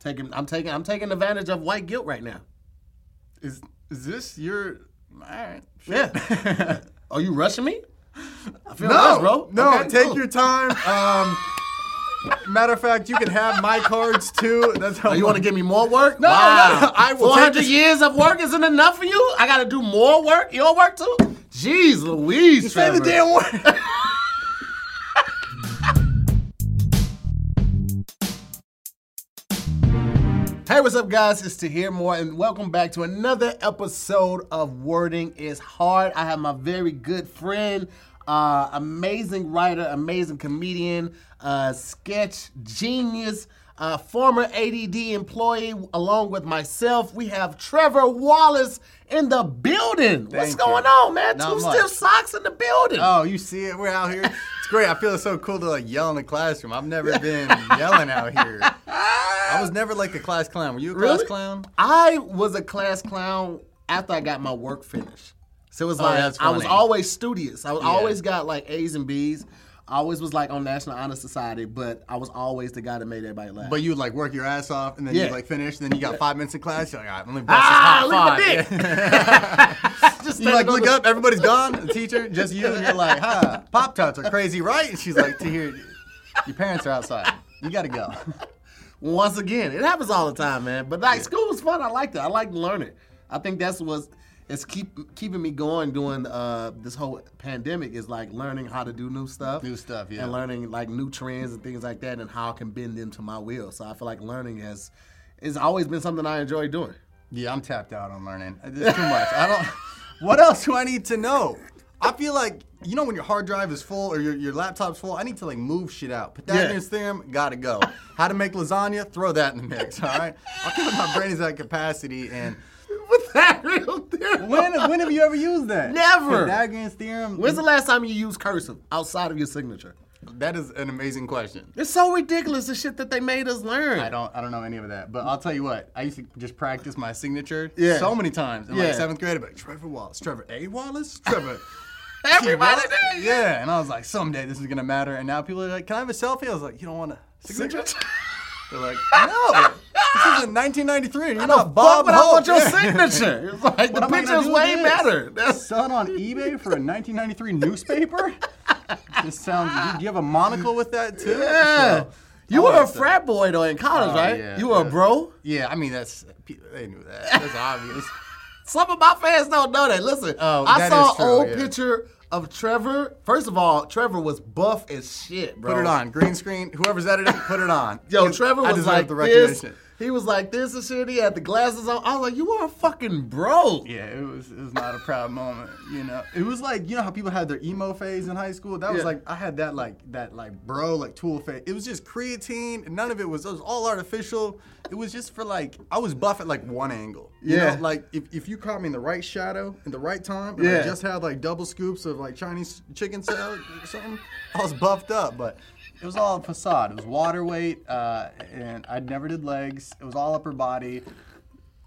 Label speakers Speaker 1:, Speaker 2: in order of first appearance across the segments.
Speaker 1: Taking, I'm taking, I'm taking advantage of white guilt right now.
Speaker 2: Is is this your? All right. sure.
Speaker 1: Yeah. Are you rushing me? I feel
Speaker 2: No,
Speaker 1: rushed, bro.
Speaker 2: No,
Speaker 1: Okay,
Speaker 2: take
Speaker 1: cool.
Speaker 2: your time. Um, matter of fact, you can have my cards too. That's how
Speaker 1: Oh, you want to give me more work?
Speaker 2: No, no, I will take
Speaker 1: 400
Speaker 2: this-
Speaker 1: years of work isn't enough for you? I got to do more work? Your work too? Jeez Louise,
Speaker 2: say the
Speaker 1: Trevor.
Speaker 2: damn word.
Speaker 1: Hey, what's up, guys? It's To Hear More, and welcome back to another episode of Wording is Hard. I have my very good friend, uh, amazing writer, amazing comedian, uh, sketch genius, uh, former ADD employee, along with myself. We have Trevor Wallace in the building. what's
Speaker 2: Thank
Speaker 1: going
Speaker 2: you.
Speaker 1: on, man?
Speaker 2: Not
Speaker 1: Two
Speaker 2: much.
Speaker 1: stiff socks in the building.
Speaker 2: Oh, you see it? We're out here. It's great. I feel so cool to like yell in the classroom. I've never been yelling out here. I was never like a class clown. Were you a class
Speaker 1: Really?
Speaker 2: clown?
Speaker 1: I was a class clown after I got my work finished. So it was
Speaker 2: Oh,
Speaker 1: like
Speaker 2: that's
Speaker 1: I was
Speaker 2: funny.
Speaker 1: always studious. I was always got like A's and B's. I always was like on National Honor Society, but I was always the guy that made everybody laugh.
Speaker 2: But you would like work your ass off, and then
Speaker 1: Yeah.
Speaker 2: you like finish, and then you got five minutes in class. You're like, all right, let me bust
Speaker 1: ah,
Speaker 2: this
Speaker 1: look
Speaker 2: high
Speaker 1: at
Speaker 2: five.
Speaker 1: the dick. Just
Speaker 2: You like
Speaker 1: standing on
Speaker 2: look
Speaker 1: the-
Speaker 2: up, everybody's gone. The teacher, just you, and you're like, "Huh, pop tarts are crazy, right?" And she's like, "To hear, your parents are outside. You gotta go."
Speaker 1: Once again, it happens all the time, man. But like school was fun. I liked it. I liked learning. I think that's what's it's keep keeping me going during uh, this whole pandemic is like learning how to do new stuff,
Speaker 2: New stuff, yeah.
Speaker 1: and learning like new trends and things like that, and how I can bend them to my will. So I feel like learning has has always been something I enjoy doing.
Speaker 2: Yeah, I'm tapped out on learning. It's too much. I don't. What else do I need to know? I feel like you know when your hard drive is full or your, your laptop's full. I need to like move shit out. Pythagorean's theorem, gotta go. How to make lasagna? Throw that in the mix. All right. I feel like my brain is at capacity. And
Speaker 1: With that real theory.
Speaker 2: when when have you ever used that?
Speaker 1: Never.
Speaker 2: Pythagorean's theorem.
Speaker 1: When's the last time you used cursive outside of your signature?
Speaker 2: that is an amazing question.
Speaker 1: It's so ridiculous the shit that they made us learn.
Speaker 2: I don't I don't know any of that. But I'll tell you what, I used to just practice my signature
Speaker 1: Yeah.
Speaker 2: so many times in
Speaker 1: Yeah.
Speaker 2: like seventh grade. I'd be like Trevor Wallace, Trevor A. Wallace, Trevor.
Speaker 1: Everybody
Speaker 2: T. Wallace."
Speaker 1: did.
Speaker 2: Yeah, and I was like, someday this is gonna matter. And now people are like, Can I have a selfie? I was like, You don't want a signature? They're like, No, this is in 1993. and You're
Speaker 1: Oh,
Speaker 2: not
Speaker 1: fuck,
Speaker 2: Bob
Speaker 1: but I want
Speaker 2: Hope.
Speaker 1: your
Speaker 2: Yeah.
Speaker 1: signature. It's like
Speaker 2: What
Speaker 1: the
Speaker 2: am I gonna
Speaker 1: picture's
Speaker 2: do with
Speaker 1: way
Speaker 2: this?
Speaker 1: better. That's
Speaker 2: Sell it on eBay for a 1993 newspaper. This sounds. You, you have a monocle with that too.
Speaker 1: yeah.
Speaker 2: So,
Speaker 1: You
Speaker 2: I
Speaker 1: were a
Speaker 2: like that.
Speaker 1: frat boy though in college,
Speaker 2: Oh,
Speaker 1: right?
Speaker 2: yeah,
Speaker 1: you were a
Speaker 2: yeah.
Speaker 1: bro.
Speaker 2: Yeah, I mean that's they knew that. That's obvious.
Speaker 1: Some of my fans don't know that. Listen,
Speaker 2: Oh,
Speaker 1: I
Speaker 2: that
Speaker 1: saw
Speaker 2: is true,
Speaker 1: an old
Speaker 2: yeah.
Speaker 1: picture of Trevor. First of all, Trevor was buff as shit, bro.
Speaker 2: Put it on. Green screen. Whoever's editing, put it on.
Speaker 1: Yo,
Speaker 2: 'Cause
Speaker 1: Trevor
Speaker 2: I
Speaker 1: was
Speaker 2: deserve
Speaker 1: like
Speaker 2: the
Speaker 1: this.
Speaker 2: recognition.
Speaker 1: He was like this and shit. He had the glasses on. I was like, you are a fucking bro.
Speaker 2: Yeah, it was it was not a proud moment, you know. It was like you know how people had their emo phase in high school. That was
Speaker 1: Yeah.
Speaker 2: like I had that like that like bro like tool phase. It was just creatine. None of it was. It was all artificial. It was just for like I was buff at like one angle. You
Speaker 1: Yeah.
Speaker 2: know, like if, if you caught me in the right shadow in the right time, and
Speaker 1: Yeah.
Speaker 2: I just had like double scoops of like Chinese chicken salad or something, I was buffed up. But it was all facade. It was water weight, uh, and I never did legs. It was all upper body.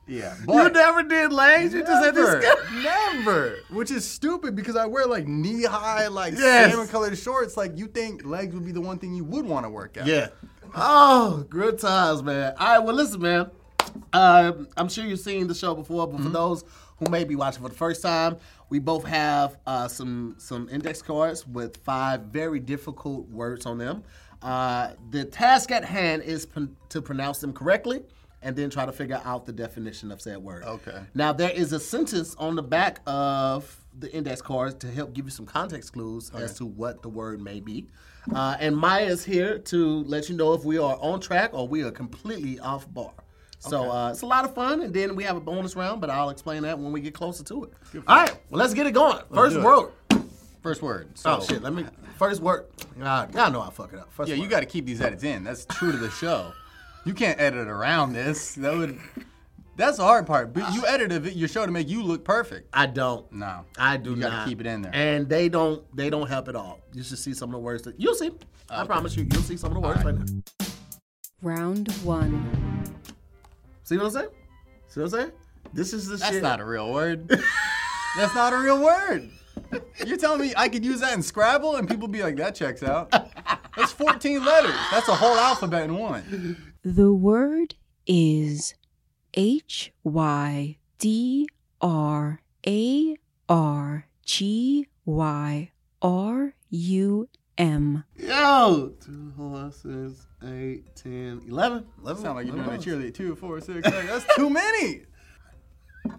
Speaker 2: Yeah,
Speaker 1: You
Speaker 2: but
Speaker 1: never did legs. You just had
Speaker 2: Never,
Speaker 1: this. guy-
Speaker 2: never. Which is stupid because I wear like knee high, like
Speaker 1: Yes.
Speaker 2: salmon colored shorts. Like you think legs would be the one thing you would want to work out?
Speaker 1: Yeah. Oh, good times, man. All right, well, listen, man. Um, I'm sure you've seen the show before, but for those who may be watching for the first time, we both have uh, some some index cards with five very difficult words on them. Uh, the task at hand is pron- to pronounce them correctly and then try to figure out the definition of said word.
Speaker 2: Okay.
Speaker 1: Now there is a sentence on the back of the index card to help give you some context clues as to what the word may be. Uh, and Maya is here to let you know if we are on track or we are completely off bar. So uh, it's a lot of fun, and then we have a bonus round, but I'll explain that when we get closer to it. All right, well, let's get it going. First
Speaker 2: do it.
Speaker 1: word.
Speaker 2: First word. So,
Speaker 1: Oh, shit, let me. First word. Nah, Y'all know I fuck it up. First
Speaker 2: Yeah,
Speaker 1: word.
Speaker 2: you got to keep these edits in. That's true to the show. You can't edit around this. That would. That's the hard part. But you edited it, your show to make you look perfect.
Speaker 1: I don't.
Speaker 2: No.
Speaker 1: I do
Speaker 2: You
Speaker 1: not.
Speaker 2: gotta keep it in there.
Speaker 1: And they don't. They don't help at all. You should see some of the words that you'll see. I promise you, you'll see some of the words right. now.
Speaker 3: Round one.
Speaker 1: See what I'm saying? See what I'm saying? This is the
Speaker 2: That's
Speaker 1: shit.
Speaker 2: not a real word. That's not a real word. You're telling me I could use that in Scrabble and people be like, that checks out. That's 14 letters. That's a whole alphabet in one.
Speaker 3: The word is H Y D R A R G Y R U M.
Speaker 1: Yo, two, four, six, eight, ten, eleven.
Speaker 2: Sound like you're doing a
Speaker 1: Eleven.
Speaker 2: cheerleader. Two, four, six, eight. That's too many.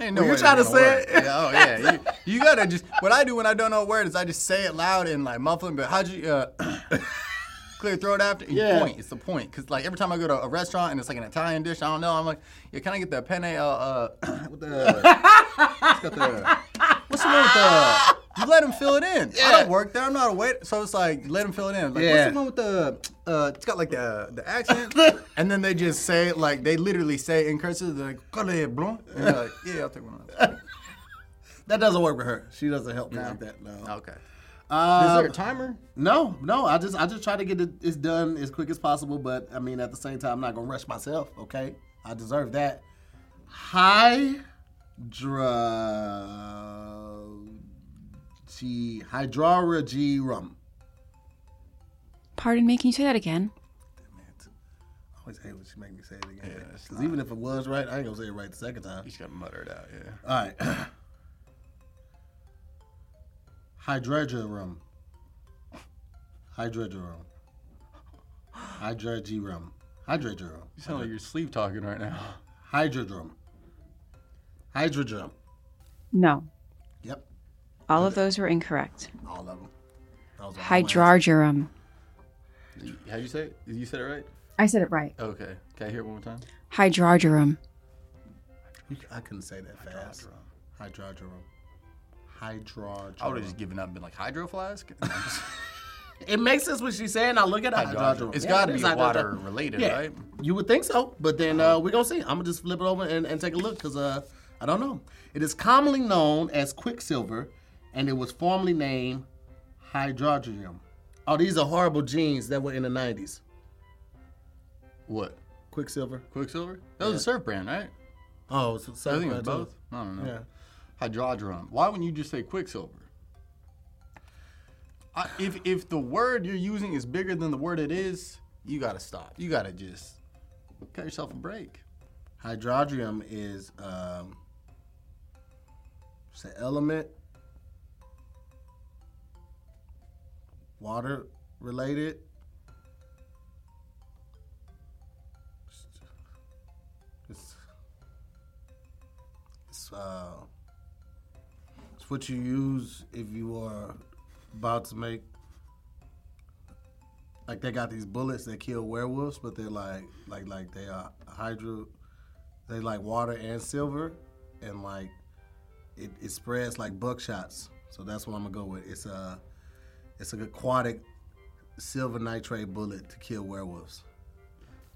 Speaker 2: Ain't no
Speaker 1: Were you
Speaker 2: way
Speaker 1: trying to
Speaker 2: that's
Speaker 1: say
Speaker 2: gonna work.
Speaker 1: it?
Speaker 2: Yeah, oh yeah. You, you gotta just. What I do when I don't know a word is I just say it loud and like muffling. But how'd you uh, clear throat after? And
Speaker 1: Yeah.
Speaker 2: Point. It's the point. Cause like every time I go to a restaurant and it's like an Italian dish, I don't know. I'm like, yeah, can I get the penne? Uh, uh what the? it's got the- What's the one with the? You let him fill it in. I
Speaker 1: Yeah.
Speaker 2: don't work there. I'm not a waiter, so it's like let him fill it in. Like,
Speaker 1: Yeah.
Speaker 2: What's the one with the? Uh, it's got like the the accent, and then they just say like they literally say in cursive. They're like, "Cole blond," and you're like, "Yeah, I'll take one of those."
Speaker 1: That doesn't work with her. She doesn't help me like that. No.
Speaker 2: Okay. Is
Speaker 1: Um,
Speaker 2: there a timer?
Speaker 1: no, no. I just I just try to get it it's done as quick as possible. But I mean, at the same time, I'm not gonna rush myself. Okay, I deserve that. Hydra. G Hydrargyrum.
Speaker 3: Pardon me, can you say that again?
Speaker 1: I always hate when she make me say it again. Because even if it was right, I ain't gonna say it right the second time.
Speaker 2: You just gotta mutter it out. Yeah.
Speaker 1: All right. Hydrargyrum. Hydrargyrum. Hydrargyrum. Hydrargyrum.
Speaker 2: You sound like you're sleep talking right now.
Speaker 1: Hydrodrum. Hydrodrum.
Speaker 3: No.
Speaker 1: Yep.
Speaker 3: All of those were incorrect.
Speaker 1: All of them. That was all I wanted.
Speaker 3: Hydrargyrum.
Speaker 2: How you say? It? You said it right.
Speaker 3: I said it right.
Speaker 2: Okay. Can I hear it one more time?
Speaker 3: Hydrargyrum.
Speaker 1: I couldn't say that fast. Hydrargyrum.
Speaker 2: I would have
Speaker 1: Hydrargyrum.
Speaker 2: just given up and been like hydro flask.
Speaker 1: It makes sense what she's saying. I look at Hydrargyrum.
Speaker 2: It's
Speaker 1: Yeah,
Speaker 2: gotta
Speaker 1: it
Speaker 2: be
Speaker 1: is hydrodrum.
Speaker 2: water related,
Speaker 1: Yeah,
Speaker 2: right?
Speaker 1: you would think so, but then uh, we're gonna see. I'm gonna just flip it over and, and take a look because uh, I don't know. It is commonly known as quicksilver, and it was formerly named hydrogium. Oh, these are horrible genes that were in the 90s.
Speaker 2: What?
Speaker 1: Quicksilver.
Speaker 2: Quicksilver? That was a surf brand, right?
Speaker 1: Oh, so, so
Speaker 2: I think it was both. I don't know.
Speaker 1: Yeah.
Speaker 2: Hydrodrum. Why wouldn't you just say Quicksilver? I, if if the word you're using is bigger than the word it is, you gotta stop. You gotta just cut yourself a break.
Speaker 1: Hydrogium is um, it's an element, water related. It's, it's, uh, it's what you use if you are about to make. Like they got these bullets that kill werewolves, but they're like, like, like they are hydro they like water and silver, and like it, it spreads like buckshots. So that's what I'm gonna go with. It's a it's an aquatic silver nitrate bullet to kill werewolves.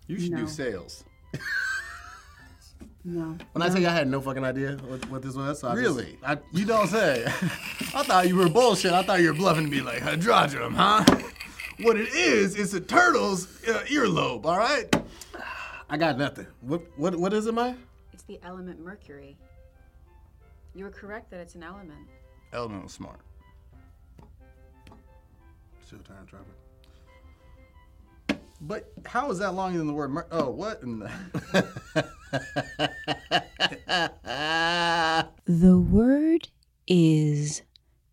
Speaker 2: You should
Speaker 3: No.
Speaker 2: do sales.
Speaker 3: No.
Speaker 1: When I tell you, I had no fucking idea what, what this was. So I just-
Speaker 2: Really?
Speaker 1: I,
Speaker 2: you don't say. I thought you were bullshit. I thought you were bluffing to be like Hydrodrum, huh? What it is, it's a turtle's uh, earlobe. All right.
Speaker 1: I got nothing. What what what is it, Maya?
Speaker 4: It's the element mercury. You were correct that it's an element.
Speaker 2: Elemental smart.
Speaker 1: It's your turn, Trevor.
Speaker 2: But how is that longer than the word? Mer- oh, what? In the-
Speaker 3: The word is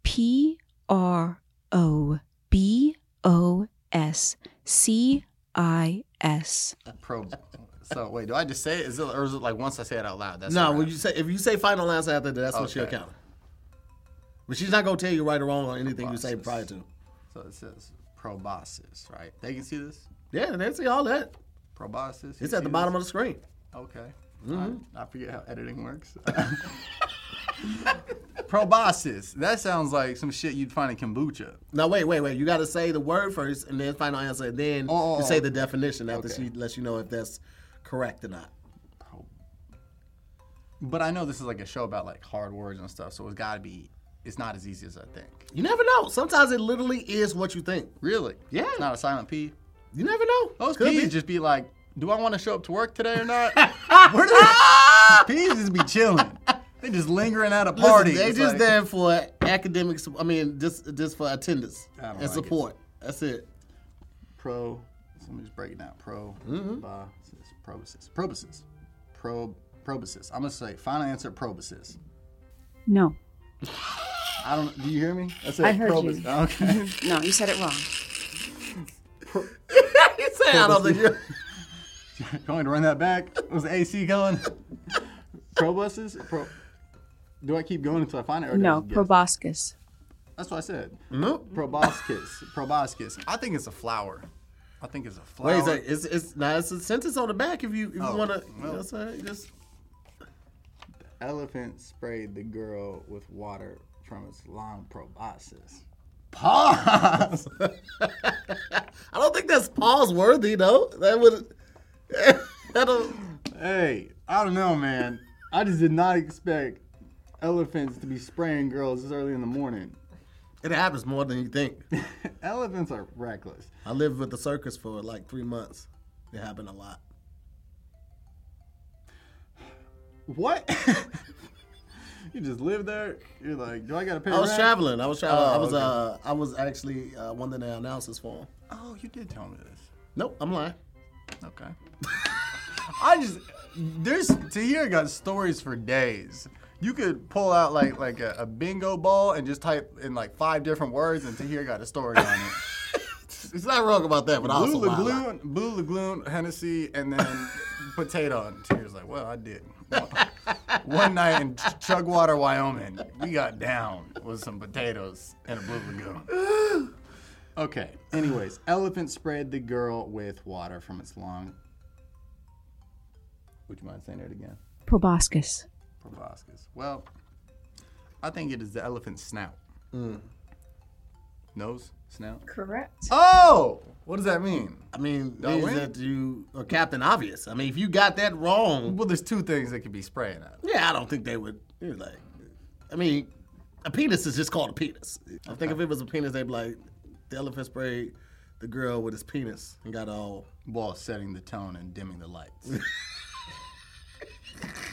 Speaker 3: P R O B O S C I S.
Speaker 2: Pro. So wait, do I just say it? Is it or is it like once I say it out loud? That's
Speaker 1: No,
Speaker 2: a
Speaker 1: when
Speaker 2: wrap?
Speaker 1: you say if you say final answer after that, that's what she'll
Speaker 2: Okay.
Speaker 1: count. But she's not gonna tell you right or wrong on anything you say prior to.
Speaker 2: So it says proboscis, right? They can see this.
Speaker 1: Yeah, they see all that.
Speaker 2: Proboscis. you
Speaker 1: It's at
Speaker 2: see
Speaker 1: the bottom of Mm-hmm. the screen.
Speaker 2: this? Okay. I, I forget how editing works. proboscis. That sounds like some shit you'd find in kombucha.
Speaker 1: No, wait, wait, wait. You got to say the word first, and then final answer, and then
Speaker 2: Oh, oh,
Speaker 1: you
Speaker 2: oh.
Speaker 1: say the definition after
Speaker 2: Okay.
Speaker 1: she lets you know if that's correct or not.
Speaker 2: But I know this is like a show about like hard words and stuff, so it's got to be. It's not as easy as I think.
Speaker 1: You never know. Sometimes it literally is what you think.
Speaker 2: Really?
Speaker 1: Yeah.
Speaker 2: It's not a silent P.
Speaker 1: You never know.
Speaker 2: Most
Speaker 1: Could
Speaker 2: P's
Speaker 1: be.
Speaker 2: just be like, do I want to show up to work today or not? Where do they- P's just be chilling. They just lingering at a
Speaker 1: Listen,
Speaker 2: party.
Speaker 1: they
Speaker 2: It's
Speaker 1: just
Speaker 2: like-
Speaker 1: there for academic. sup- I mean, just just for attendance
Speaker 2: don't
Speaker 1: and
Speaker 2: like it.
Speaker 1: support. That's it.
Speaker 2: pro So let me just break it down. Proboscis. Proboscis. Proboscis. Prob. Proboscis. I'm gonna say final answer. Proboscis.
Speaker 3: No.
Speaker 2: I don't. Do you hear me? That's it.
Speaker 3: I heard you.
Speaker 2: proboscis. Okay.
Speaker 4: No, you said it wrong.
Speaker 1: you say I don't think you.
Speaker 2: going to run that back. Was the AC going? Proboscis. Pro. Do I keep going until I find it? Or do I
Speaker 3: No.
Speaker 2: just guess?
Speaker 3: Proboscis.
Speaker 2: That's what I said.
Speaker 1: Nope.
Speaker 2: Proboscis. Proboscis. I think it's a flower. I think it's a flower.
Speaker 1: Wait, it's, like, it's it's now it's a sentence on the back if you if
Speaker 2: Oh,
Speaker 1: you want to.
Speaker 2: well.
Speaker 1: That's all right. Just
Speaker 2: Elephant sprayed the girl with water from its long proboscis.
Speaker 1: pause. I don't think that's pause worthy though. That would. that don't.
Speaker 2: Hey, I don't know, man. I just did not expect elephants to be spraying girls this early in the morning.
Speaker 1: It happens more than you think.
Speaker 2: elephants are reckless.
Speaker 1: I lived with the circus for like three months. It happened a lot.
Speaker 2: What? you just live there? You're like, do I gotta pay?
Speaker 1: I was
Speaker 2: rent?
Speaker 1: traveling. I was traveling. I
Speaker 2: Oh,
Speaker 1: was
Speaker 2: okay.
Speaker 1: uh I was actually uh, one of the announcers for him.
Speaker 2: Oh, you did tell me this.
Speaker 1: Nope, I'm lying.
Speaker 2: Okay. I just there's Tahir got stories for days. You could pull out like like a, a bingo ball and just type in like five different words, and Tahir got a story on it.
Speaker 1: It's not wrong about that, but I also
Speaker 2: Blue
Speaker 1: lie a lot.
Speaker 2: Lagoon, Blue Lagoon, Hennessy, and then potato. And Tyr's like, well, I did. One night in Ch- Chugwater, Wyoming, we got down with some potatoes and a Blue Lagoon. Okay. Anyways, elephant sprayed the girl with water from its long. Would you mind saying it again?
Speaker 3: Proboscis.
Speaker 2: Proboscis. Well, I think it is the elephant's snout.
Speaker 1: Mm.
Speaker 2: Nose, snout.
Speaker 4: Correct.
Speaker 2: Oh, what does that mean?
Speaker 1: I mean,
Speaker 2: Don't
Speaker 1: means
Speaker 2: win.
Speaker 1: that you are Captain Obvious. I mean, if you got that wrong,
Speaker 2: Well, there's two things they could be spraying at.
Speaker 1: yeah, I don't think they would. They're like, I mean, a penis is just called a penis. I think if it was a penis, they'd be like, the elephant sprayed the girl with his penis and got all.
Speaker 2: While setting the tone and dimming the lights.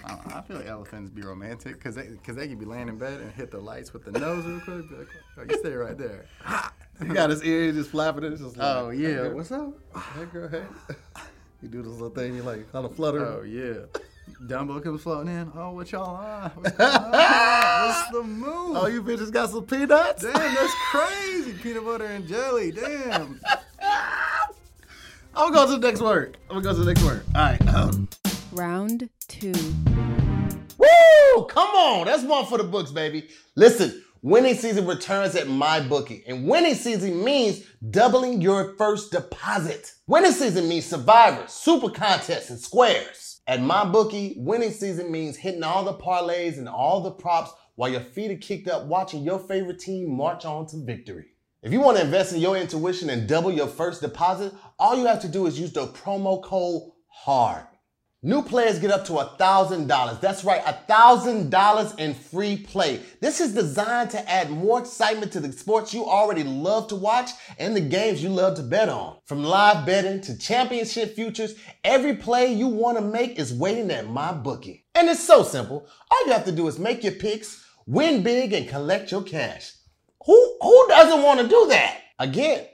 Speaker 2: I, don't know, I feel like elephants be romantic because they, cause they could be laying in bed and hit the lights with the nose real quick. Be like, oh, you stay right there.
Speaker 1: He got his ear just flapping. It's just like,
Speaker 2: Oh, yeah.
Speaker 1: What's up? Hey, girl, hey. You do this little thing, you like kind of flutter.
Speaker 2: Oh, yeah. Dumbo comes floating in. Oh, what y'all on? What's, going on? What's the move?
Speaker 1: Oh, you bitches got some peanuts?
Speaker 2: Damn, that's crazy. Peanut butter and jelly. Damn.
Speaker 1: I'm going to the next word. I'm going to go to the next word. All right.
Speaker 3: Round two.
Speaker 1: Woo! Come on, that's one for the books, baby. Listen, winning season returns at MyBookie, and winning season means doubling your first deposit. Winning season means survivors, super contests, and squares. At MyBookie, winning season means hitting all the parlays and all the props while your feet are kicked up watching your favorite team march on to victory. If you want to invest in your intuition and double your first deposit, all you have to do is use the promo code HARD. New players get up to $1,000. That's right, $1,000 in free play. This is designed to add more excitement to the sports you already love to watch and the games you love to bet on. From live betting to championship futures, every play you want to make is waiting at my bookie. And it's so simple. All you have to do is make your picks, win big, and collect your cash. Who, who doesn't want to do that? Again,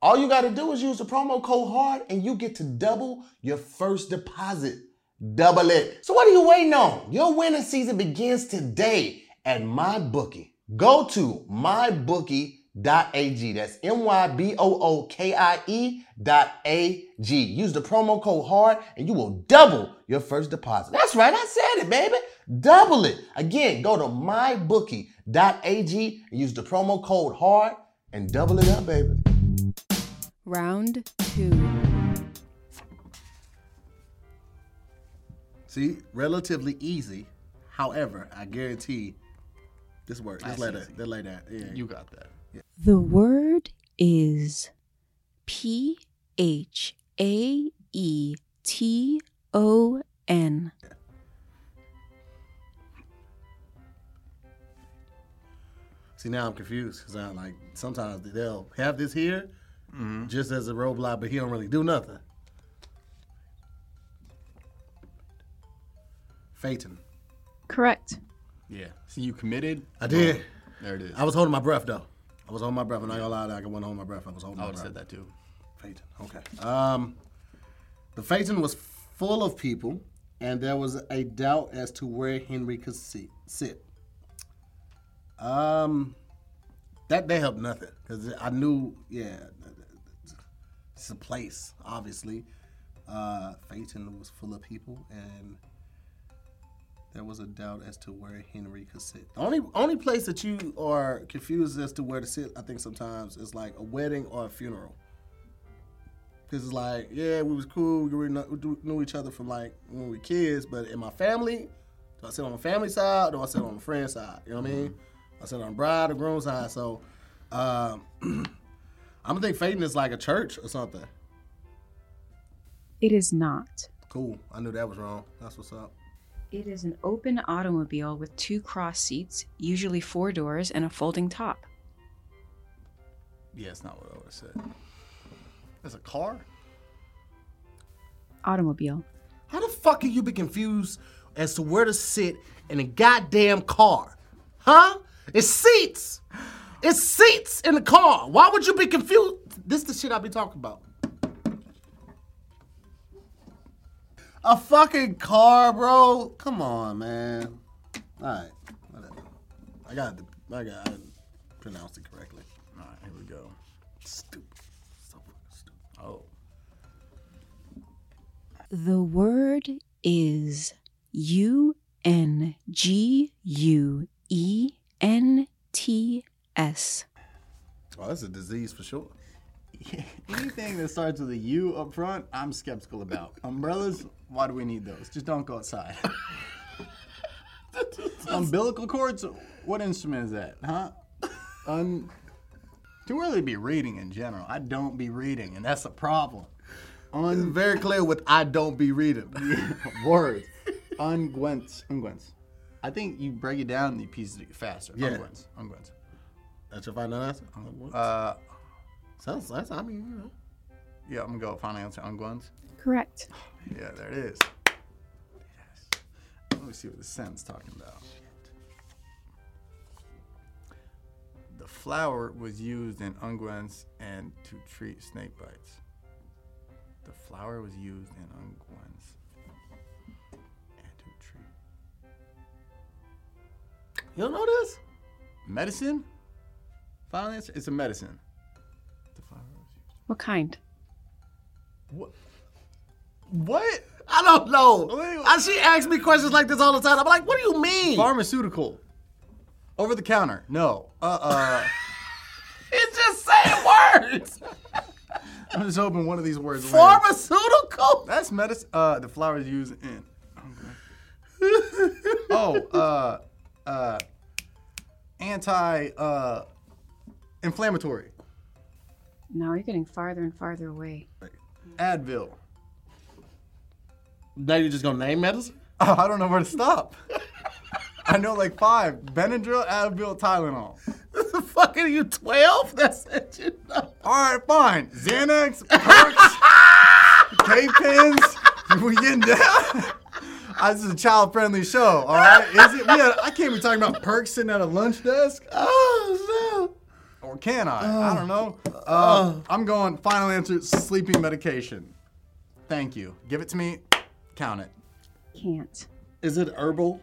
Speaker 1: all you got to do is use the promo code HARD and you get to double your first deposit. Double it. So what are you waiting on? Your winning season begins today at MyBookie. Go to mybookie.ag. That's M-Y-B-O-O-K-I-E E dot A-G. Use the promo code HARD and you will double your first deposit. That's right. I said it, baby. Double it. Again, go to mybookie.ag and use the promo code HARD and double it up, baby.
Speaker 3: Round two.
Speaker 1: See, relatively easy. However, I guarantee this work. Just like that. Just like that. Yeah.
Speaker 2: You got that.
Speaker 3: The word is P H A E T O N.
Speaker 1: See, now I'm confused because I'm like, sometimes they'll have this here
Speaker 2: Mm-hmm.
Speaker 1: just as a roadblock, but he don't really do nothing. Phaeton.
Speaker 4: Correct.
Speaker 2: Yeah. See, you committed.
Speaker 1: I did.
Speaker 2: There it is.
Speaker 1: I was holding my breath, though. I was holding my breath. I'm not going to lie. I wasn't holding my breath. I was holding
Speaker 2: I
Speaker 1: my
Speaker 2: would have
Speaker 1: breath.
Speaker 2: said that too.
Speaker 1: Phaeton. Okay. Um, the Phaeton was full of people, and there was a doubt as to where Henry could sit. sit. Um, that they helped nothing because I knew, yeah, it's a place, obviously. Uh, Phaeton was full of people, and there was a doubt as to where Henry could sit. The only only place that you are confused as to where to sit, I think sometimes is like a wedding or a funeral. Cause it's like, yeah, we was cool. We were kno- we do- knew each other from like when we were kids. But in my family, do I sit on the family side? Or do I sit on the friend side? You know what I mean?
Speaker 2: Mm-hmm.
Speaker 1: I sit on the bride or groom side. So, um, I'm gonna think Phaeton is like a church or something.
Speaker 3: It is not.
Speaker 1: Cool. I knew that was wrong. That's what's up.
Speaker 3: It is an open automobile with two cross seats, usually four doors, and a folding top.
Speaker 2: Yeah, it's not what I would have said. It's a car?
Speaker 3: Automobile.
Speaker 1: How the fuck can you be confused as to where to sit in a goddamn car? Huh? It's seats. It's seats in the car. Why would you be confused? This the shit I be talking about. A fucking car, bro. Come on, man. All right, whatever. I got the. I got. I pronounced it correctly.
Speaker 2: All right, here we go.
Speaker 1: Stupid. So fucking stupid.
Speaker 2: Oh.
Speaker 3: The word is U N G U E N T S.
Speaker 1: Oh, that's a disease for sure.
Speaker 2: Anything that starts with a U up front, I'm skeptical about. Umbrellas, why do we need those? Just don't go outside. Umbilical cords, what instrument is that? Huh? Un- too early to be reading in general. I don't be reading, and that's a problem.
Speaker 1: It's very clear with I don't be reading.
Speaker 2: Words. Unguents. Unguents. I think you break it down, you piece it faster.
Speaker 1: Yeah.
Speaker 2: Unguents. Unguents.
Speaker 1: That's your final answer.
Speaker 2: Uh,
Speaker 1: Sounds that's I mean, you know.
Speaker 2: yeah, I'm gonna go final answer. Unguents.
Speaker 3: Correct.
Speaker 2: Yeah, there it is. Let me see what the sentence talking about. The flower was used in unguents and to treat snake bites. The flower was used in unguents and to treat
Speaker 1: You don't know this?
Speaker 2: medicine. Final answer: It's a medicine. The flower was
Speaker 3: What kind?
Speaker 2: used. What? What?
Speaker 1: I don't know.
Speaker 2: Wait, what-
Speaker 1: I, she asks me questions like this all the time. I'm like, what do you mean?
Speaker 2: Pharmaceutical. Over the counter. No. Uh. Uh.
Speaker 1: it's just saying words.
Speaker 2: I'm just hoping one of these words. lands.
Speaker 1: Pharmaceutical.
Speaker 2: That's medicine. Uh, the flowers used in. oh, uh, uh, anti, uh, inflammatory.
Speaker 3: Now you're getting farther and farther away.
Speaker 2: Advil.
Speaker 1: Now you're just gonna name medicine?
Speaker 2: Oh, I don't know where to stop. I know like five: Benadryl, Advil, Tylenol.
Speaker 1: the fuck are you 12? That's it, you know.
Speaker 2: All right, fine. Xanax, Perks, K-pins. We getting down? Ah, This is a child-friendly show, all right? Is it? Yeah, I can't be talking about Perks sitting at a lunch desk. Ah.
Speaker 1: Oh
Speaker 2: Or can I? I don't know. Uh, I'm going final answer sleeping medication. Thank you. Give it to me. Count it.
Speaker 3: Can't.
Speaker 1: no. Is it herbal?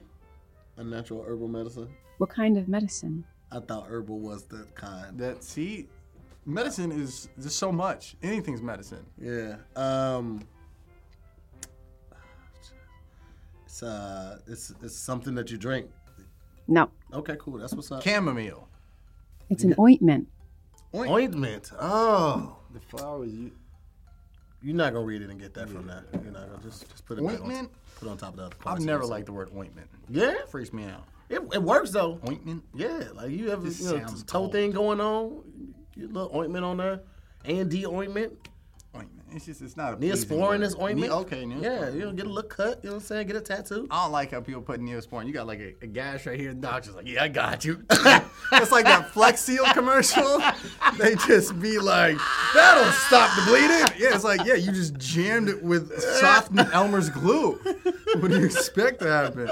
Speaker 1: A natural herbal medicine?
Speaker 3: What kind of medicine?
Speaker 1: I thought herbal was the kind.
Speaker 2: That see, medicine is just so much. Anything's medicine.
Speaker 1: Yeah. Um It's uh it's it's something that you drink.
Speaker 3: No.
Speaker 1: Okay, cool. That's what's
Speaker 2: Uh.
Speaker 1: up.
Speaker 2: Chamomile.
Speaker 3: It's an ointment.
Speaker 1: Ointment. Oh.
Speaker 2: The flowers. You,
Speaker 1: You're not gonna read it and get that from that. You're not gonna just, just put it back on,
Speaker 2: Ointment?
Speaker 1: put it on top of the other.
Speaker 2: I've
Speaker 1: parts.
Speaker 2: never liked the word ointment.
Speaker 1: Yeah,
Speaker 2: That freaks me out.
Speaker 1: it, it works though.
Speaker 2: Ointment.
Speaker 1: Yeah, like you have
Speaker 2: This
Speaker 1: you know,
Speaker 2: sounds
Speaker 1: toe thing going on, you little ointment on there, and D ointment.
Speaker 2: Ointment. It's just it's not a. pleasing
Speaker 1: Neosporin
Speaker 2: word.
Speaker 1: is ointment.
Speaker 2: Ne- okay. Uh, Neosporin.
Speaker 1: Yeah, you know, get a little cut. You know what I'm saying? Get a tattoo.
Speaker 2: I don't like how people put Neosporin. You got like a, a gash right here. The doctor's like, yeah, I got you. it's like that Flex Seal commercial. They just be like, that'll stop the bleeding. Yeah, it's like, yeah, you just jammed it with soft Elmer's glue. What do you expect to happen?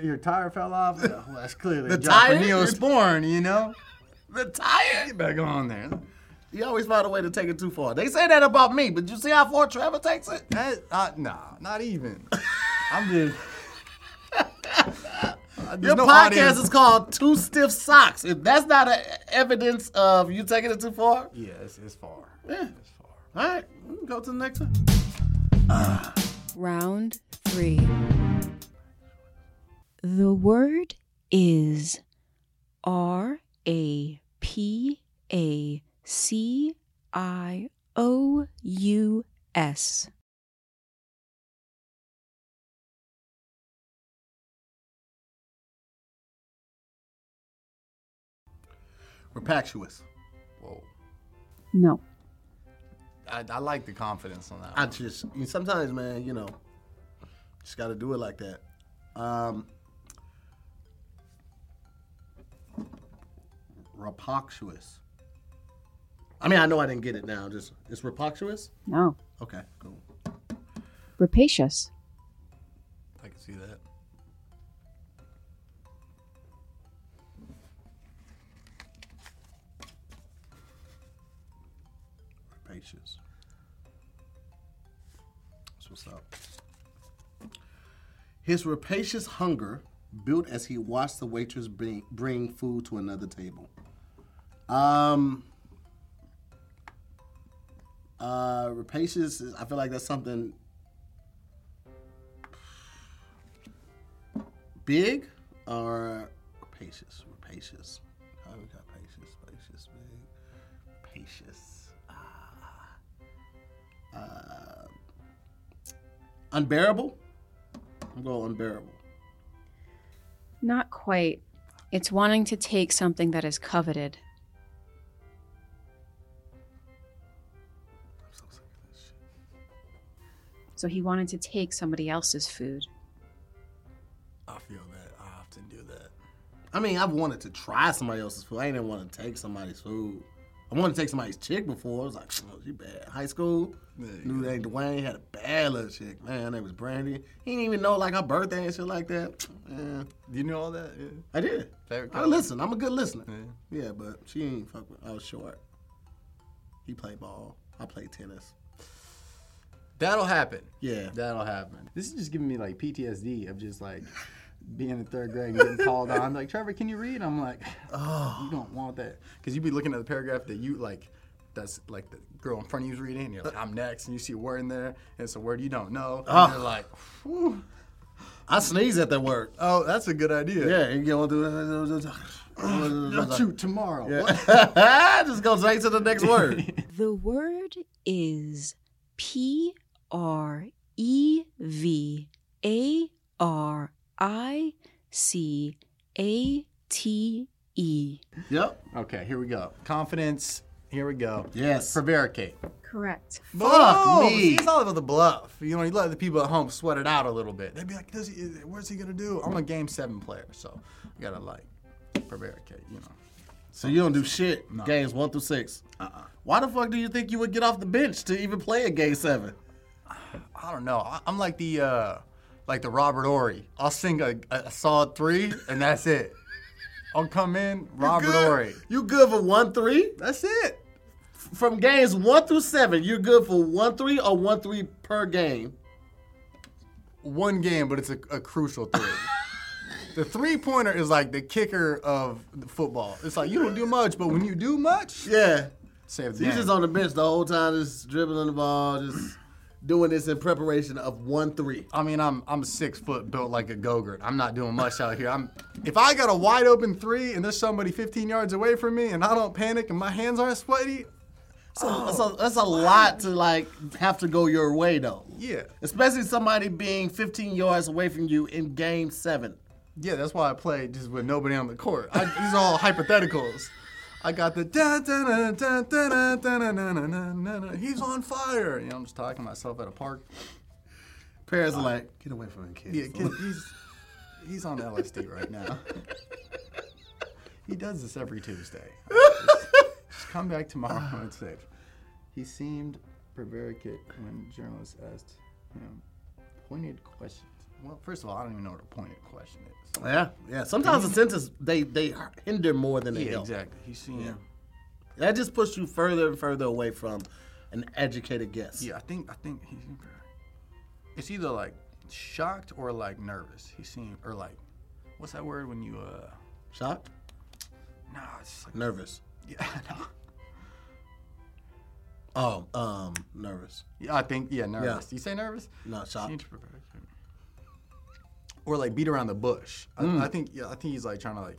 Speaker 2: Your tire fell off. Well, that's clearly the
Speaker 1: tire?
Speaker 2: Neosporin, you know?
Speaker 1: The tire.
Speaker 2: Get back on there.
Speaker 1: You always find a way to take it too far. They say that about me, but you see how far Trevor takes it?
Speaker 2: That, uh, nah, not even. I'm just. There's
Speaker 1: Your
Speaker 2: no
Speaker 1: podcast
Speaker 2: audience.
Speaker 1: is called Two Stiff Socks. If that's not a evidence of you taking it too far,
Speaker 2: Yeah, it's, it's far. It's far.
Speaker 1: all right, we can go to the next one.
Speaker 3: Round three. The word is R A P A C I O U S.
Speaker 1: Rapactuous.
Speaker 2: Whoa.
Speaker 3: No.
Speaker 2: I, I like the confidence on that.
Speaker 1: I
Speaker 2: One.
Speaker 1: just you- sometimes, man, you know, just got to do it like that. Um, rapacious. I mean, I know I didn't get it now. Just it's rapacious.
Speaker 3: No.
Speaker 1: Okay, cool.
Speaker 3: Rapacious.
Speaker 2: I can see that.
Speaker 1: Rapacious. That's what's up. His rapacious hunger built as he watched the waitress bring, bring food to another table. Um, uh, rapacious, is- I feel like that's something big or rapacious, rapacious. How we got patience, patience, big, patience. Ah. Uh, unbearable? I'm going unbearable.
Speaker 3: Not quite.
Speaker 4: It's wanting to take something that is coveted.
Speaker 1: I'm so sick of this shit.
Speaker 4: So he wanted to take somebody else's food.
Speaker 2: I feel that. I often do that.
Speaker 1: I mean, I've wanted to try somebody else's food. I didn't want to take somebody's food. I wanted to take somebody's chick before. I was like, oh, she bad. High school,
Speaker 2: There you
Speaker 1: knew that Dwayne had a bad little chick. Man, her name was Brandy. He didn't even know like her birthday and shit like that. Man,
Speaker 2: Do you know all that? Yeah.
Speaker 1: I did.
Speaker 2: Favorite
Speaker 1: I
Speaker 2: color?
Speaker 1: listen. I'm a good listener.
Speaker 2: Yeah.
Speaker 1: Yeah, but she ain't fuck with. I was short. He played ball. I played tennis.
Speaker 2: That'll happen.
Speaker 1: Yeah.
Speaker 2: That'll happen. This is just giving me like PTSD of just like being in third grade and getting called on. like, Trevor, can you read? I'm like, oh, you don't want that. Because you'd be looking at the paragraph that you like, that's like the girl in front of you's reading, and you're
Speaker 1: Uh.
Speaker 2: like, I'm next, and you see a word in there, and it's a word you don't know.
Speaker 1: Ah.
Speaker 2: And you're like, "Whew.
Speaker 1: I sneeze at that word.
Speaker 2: oh, that's a good idea.
Speaker 1: Yeah, you get on to.
Speaker 2: I'll shoot tomorrow. What?
Speaker 1: Just go straight to the next word.
Speaker 3: The word is P R E V A R I C A T E.
Speaker 1: yep.
Speaker 2: Okay, here we go. Confidence. Here we go.
Speaker 1: Yes.
Speaker 2: Prevaricate.
Speaker 4: Correct.
Speaker 1: Fuck
Speaker 2: Boom!
Speaker 1: me.
Speaker 2: See, It's all about the bluff. You know, you let the people at home sweat it out a little bit. They'd be like, Does he, "What's he gonna do?" I'm a game seven player, so I gotta like prevaricate. You know,
Speaker 1: So you don't do shit. Games one through six. Uh-uh. Why the fuck do you think you would get off the bench to even play a game seven?
Speaker 2: I don't know. I, I'm like the uh, like the Robert Ory. I'll sing a, a solid three, and that's it. I'll come in, Robert
Speaker 1: Good.
Speaker 2: Ory.
Speaker 1: You good for one three?
Speaker 2: That's it.
Speaker 1: From games one through seven, you're good for one three or one three per game.
Speaker 2: One game, but it's a, a crucial three. the three pointer is like the kicker of the football. It's like you don't do much, but when you do much,
Speaker 1: Yeah.
Speaker 2: save the
Speaker 1: So you
Speaker 2: game.
Speaker 1: just on the bench the whole time, just dribbling the ball, just doing this in preparation of one three.
Speaker 2: I mean, I'm I'm six foot, built like a go-gurt. I'm not doing much out here. I'm if I got a wide open three and there's somebody 15 yards away from me and I don't panic and my hands aren't sweaty,
Speaker 1: So that's a, that's a lot to like have to go your way though.
Speaker 2: yeah,
Speaker 1: Especially somebody being 15 yards away from you in game seven.
Speaker 2: yeah. That's why I play just with nobody on the court. I, these are all hypotheticals. I got the da da da da da da da da da da da da. He's on fire. You know, I'm just talking to myself at a park.
Speaker 1: Parents are like, get away from him, kid.
Speaker 2: Yeah, kid, he's he's on LSD right now. He does this every Tuesday. Just, just come back tomorrow when it's safe. He seemed prevaricate when journalists asked him pointed questions. Well, first of all, I don't even know what a pointed question is.
Speaker 1: Yeah, yeah. Sometimes the sentence they they hinder more than they
Speaker 2: Yeah,
Speaker 1: help.
Speaker 2: exactly. He seemed
Speaker 1: That just pushed you further and further away from an educated guess.
Speaker 2: Yeah, I think I think he seemed very- It's either like shocked or like nervous. He seemed or like what's that word when you uh
Speaker 1: Shocked?
Speaker 2: no, it's just like
Speaker 1: Nervous.
Speaker 2: yeah, no.
Speaker 1: Oh, um, nervous.
Speaker 2: yeah, I think yeah, nervous. You say nervous?
Speaker 1: Not shocked.
Speaker 2: Seemed prepared. Or like beat around the bush.
Speaker 1: Mm.
Speaker 2: I, I think yeah, I think he's like trying to like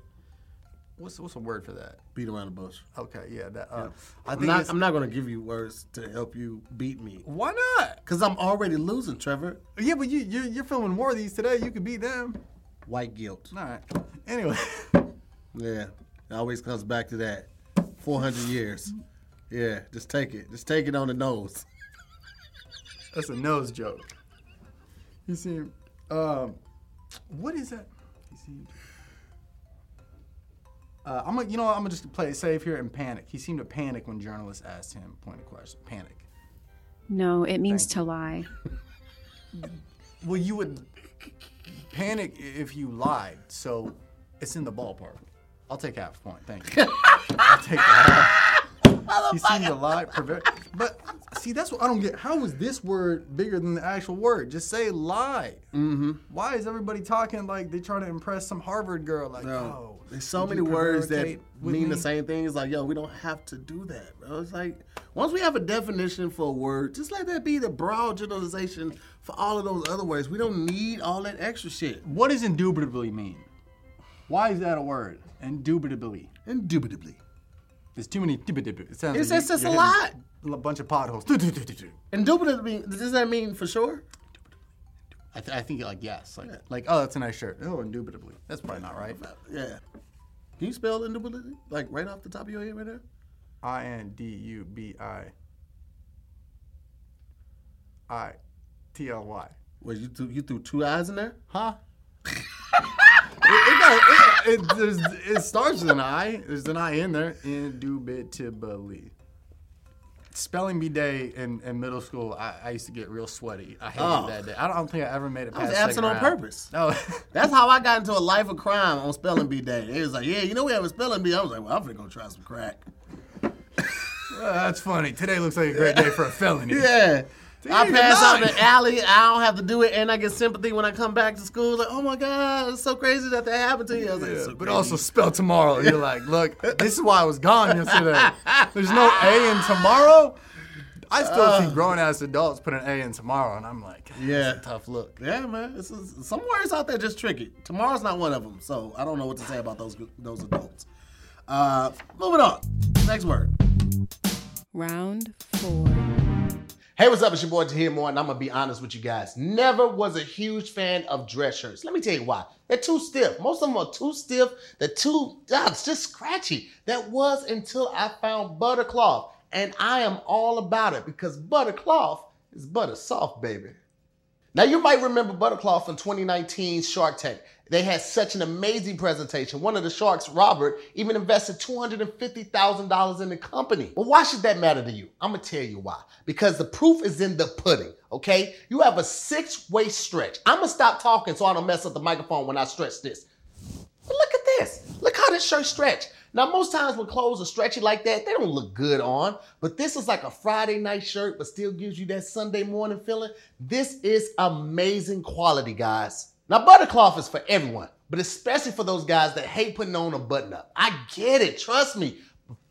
Speaker 2: what's what's a word for that?
Speaker 1: Beat around the bush.
Speaker 2: Okay, yeah, that uh, I
Speaker 1: I'm
Speaker 2: think
Speaker 1: not,
Speaker 2: it's-
Speaker 1: I'm not going to give you words to help you beat me.
Speaker 2: why not?
Speaker 1: Because I'm already losing, Trevor.
Speaker 2: Yeah, but you you're, you're filming more of these today. You could beat them.
Speaker 1: White guilt.
Speaker 2: All right. Anyway,
Speaker 1: Yeah. It always comes back to that. 400 years. Yeah. Just take it. Just take it on the nose.
Speaker 2: that's a nose joke. He seemed. Um, what is that? He seemed. Uh, I'm gonna, you know, what, I'm gonna just play it safe here and panic. He seemed to panic when journalists asked him pointed questions. Panic.
Speaker 3: No, it means to lie.
Speaker 2: Well, you would panic i- if you lied. So it's in the ballpark. I'll take half a point. Thank you. I'll take the half. He seemed to lie. Perver- but see, that's what I don't get. How is this word bigger than the actual word? Just say lie. Mm-hmm. Why is everybody talking like they trying to impress some Harvard girl? Like, oh,
Speaker 1: There's so
Speaker 2: would
Speaker 1: many
Speaker 2: you
Speaker 1: words that
Speaker 2: prevaricate with
Speaker 1: mean the
Speaker 2: me?"
Speaker 1: same thing. It's like, yo, we don't have to do that, bro. It's like, once we have a definition for a word, just let that be the broad generalization for all of those other words. We don't need all that extra shit.
Speaker 2: What does indubitably mean? Why is that a word? Indubitably.
Speaker 1: Indubitably.
Speaker 2: There's too many. It sounds.
Speaker 1: It's
Speaker 2: like
Speaker 1: just- it's
Speaker 2: you're
Speaker 1: a
Speaker 2: hitting A bunch of potholes.
Speaker 1: Indubitably, does that mean for sure?
Speaker 2: I, th- I think like yes, like like oh, that's a nice shirt. Oh, indubitably, that's probably not right.
Speaker 1: Yeah. Can you spell indubitably? Like right off the top of your head right now?
Speaker 2: I n d u b i i t l y.
Speaker 1: Well, you threw, you threw two eyes in there?
Speaker 2: Huh? it, it, got, it, it, there's, it starts with an I. There's an I in there. Indubitably. Spelling bee day in, in middle school, I, I used to get real sweaty. I hated
Speaker 1: Oh.
Speaker 2: that day. I don't, I don't think I ever made it past
Speaker 1: was
Speaker 2: second
Speaker 1: absent on
Speaker 2: round.
Speaker 1: purpose.
Speaker 2: No.
Speaker 1: That's how I got into a life of crime on spelling bee day. It was like, yeah, you know we have a spelling bee. I was like, well, I'm finna go try some crack.
Speaker 2: Well, that's funny. Today looks like a great day for a felony.
Speaker 1: Yeah. I
Speaker 2: Dang,
Speaker 1: pass out in
Speaker 2: nice.
Speaker 1: the alley. I don't have to do it, and I get sympathy when I come back to school. Like, oh my god, it's so crazy that that happened to you. I was like,
Speaker 2: Yeah,
Speaker 1: "It's so
Speaker 2: but
Speaker 1: crazy."
Speaker 2: also spell tomorrow. You're like, look, this is why I was gone yesterday. There's no A in tomorrow. I still see grown ass adults put an A in tomorrow, and I'm like, yeah,
Speaker 1: Yeah.
Speaker 2: that's a tough look.
Speaker 1: yeah, man. This is, some words out there just tricky. Tomorrow's not one of them, so I don't know what to say about those those adults. Uh, moving on. Next word.
Speaker 3: Round four.
Speaker 1: Hey, what's up? It's your boy Tahir Moore, and I'm gonna be honest with you guys. Never was a huge fan of dress shirts. Let me tell you why. They're too stiff. Most of them are too stiff. They're too, ah, it's just scratchy. That was until I found Buttercloth, and I am all about it because Buttercloth is butter soft, baby. Now, you might remember Buttercloth from 2019 Shark Tank. They had such an amazing presentation. One of the sharks, Robert, even invested $250,000 in the company. Well, why should that matter to you? I'm going to tell you why. Because the proof is in the pudding, okay? You have a six way stretch. I'm going to stop talking so I don't mess up the microphone when I stretch this. But look at this. Look how this shirt stretch. Now, most times when clothes are stretchy like that, they don't look good on. But this is like a Friday night shirt, but still gives you that Sunday morning feeling. This is amazing quality, guys. Now, Buttercloth is for everyone, but especially for those guys that hate putting on a button up. I get it. Trust me.